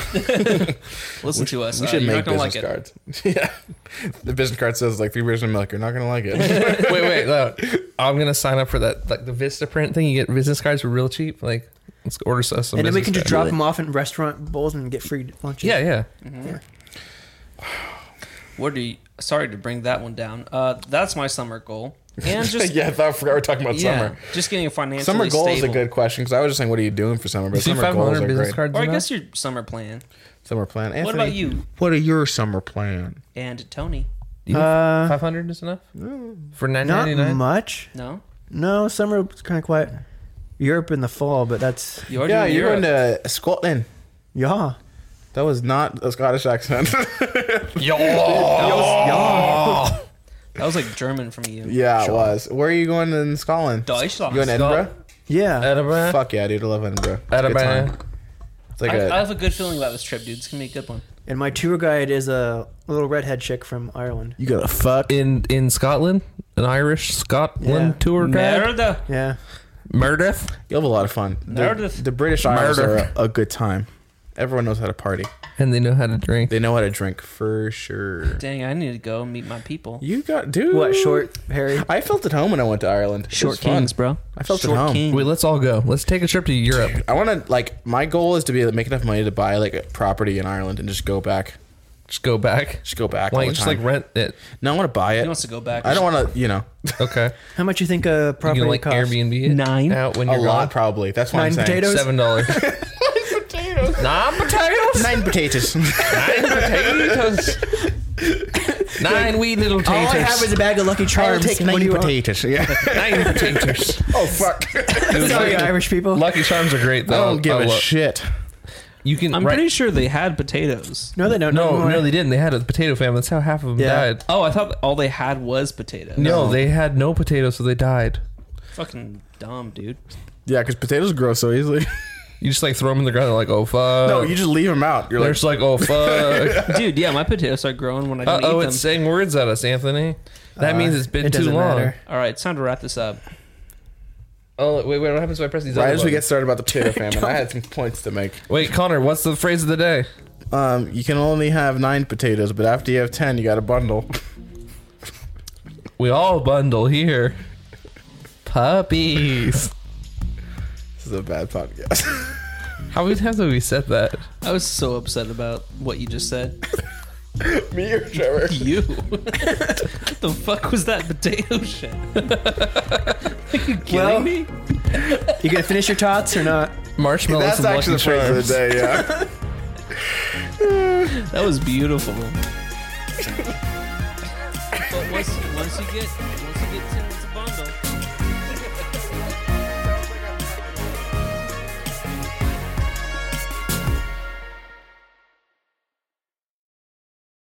listen to us. we uh, should you're make not gonna business like it. cards. *laughs* yeah. The business card says like three beers and milk. You're not gonna like it. *laughs* wait, wait. No. I'm gonna sign up for that, like the Vista print thing. You get business cards for real cheap. Like, let's order us some. and then we business can just cards. drop them off in restaurant bowls and get free lunches. Yeah, yeah. What do you? Sorry to bring that one down. Uh, that's my summer goal, *laughs* and just yeah, yeah, I thought I forgot we were talking about summer. just getting financially Summer goal stable. is a good question because I was just saying, what are you doing for summer? But See, summer goals 500 are business great. cards. Or I enough? guess your summer plan. Summer plan. Anthony, about you? What are your summer plan? And Tony, Do you Uh, Five hundred is enough for nine Not ninety nine. much. no, No, summer was kind of quiet. Europe in the fall, but that's you already Yeah, in you're Europe. going to Scotland. yeah. That was not a Scottish accent. *laughs* That was like German from E you. yeah, it was. Where are you going in Scotland? Deutschland. You in Edinburgh? Yeah. Edinburgh. Fuck yeah, dude. I love Edinburgh. It's a good Edinburgh. time. It's like I, a I have a good feeling about this trip, dude. It's gonna be a good one. And my tour guide is a little redhead chick from Ireland. you gotta fuck. In in Scotland, an Irish Scotland Yeah. tour guide. Merda. Yeah. Murdeth. You'll have a lot of fun. The, Meredith. the British Isles are Meredith. a, a good time. Everyone knows how to party. And they know how to drink. They know how to drink for sure. Dang, I need to go and meet my people. You got dude. What short Harry? I felt at home when I went to Ireland. It was fun. bro. I felt at home. Wait, let's all go. Let's take a trip to Europe. I want to like my goal is to be able to make enough money to buy like a property in Ireland and just go back, Just go back. just go back. all Like the just time. like rent *laughs* it. No, I want to buy it. He wants to go back. I don't want to, you *laughs* know, Okay. How much you think a You property can like costs? Airbnb it Nine. out when a you're lot *laughs* gone. probably. That's what Nine I'm saying. potatoes? Seven dollars. Nine *laughs* potatoes. Nine *laughs* potatoes. Nine *laughs* potatoes. Nine wee little taters. All I have is a bag of Lucky Charms. What do you want? potatoes. Yeah. nine potatoes. *laughs* oh fuck. Oh, Sorry, Irish people. Lucky Charms are great I though. don't give I a lo- shit. you can. I'm right- pretty sure they had potatoes. No, they don't. No, anymore. no, they didn't. They had a potato famine. That's how half of them Yeah. died. Oh, I thought all they had was potatoes. No, they had no potatoes, so they died. Fucking dumb, dude. Yeah, because potatoes grow so easily. *laughs* You just like throw them in the ground. They're like, oh fuck. no, you just leave them out. You're They're like, just like, oh fuck. Dude, yeah, my potatoes are growing when I uh don't oh, eat them. it's saying words at us, Anthony. That means it's been it too doesn't long. matter. All right, it's time to wrap this up. Oh wait, wait. What happens if I press these? right other as we get buttons? started about the *laughs* potato famine, I had some points to make. Wait, Connor. What's the phrase of the day? Um, you can only have nine potatoes, but after you have ten, you got a bundle. We all bundle here. Puppies. This is a bad podcast. *laughs* How many times have we said that? I was so upset about what you just said. Me or *laughs* Trevor? You. *laughs* what the fuck was that potato shit? Are you kidding Well- me? You gonna finish your tots or not? Marshmallows That's and actually the Lucky phrase of Charms. the day. Yeah. That was beautiful. but once, once you get once you get to it's a bundle.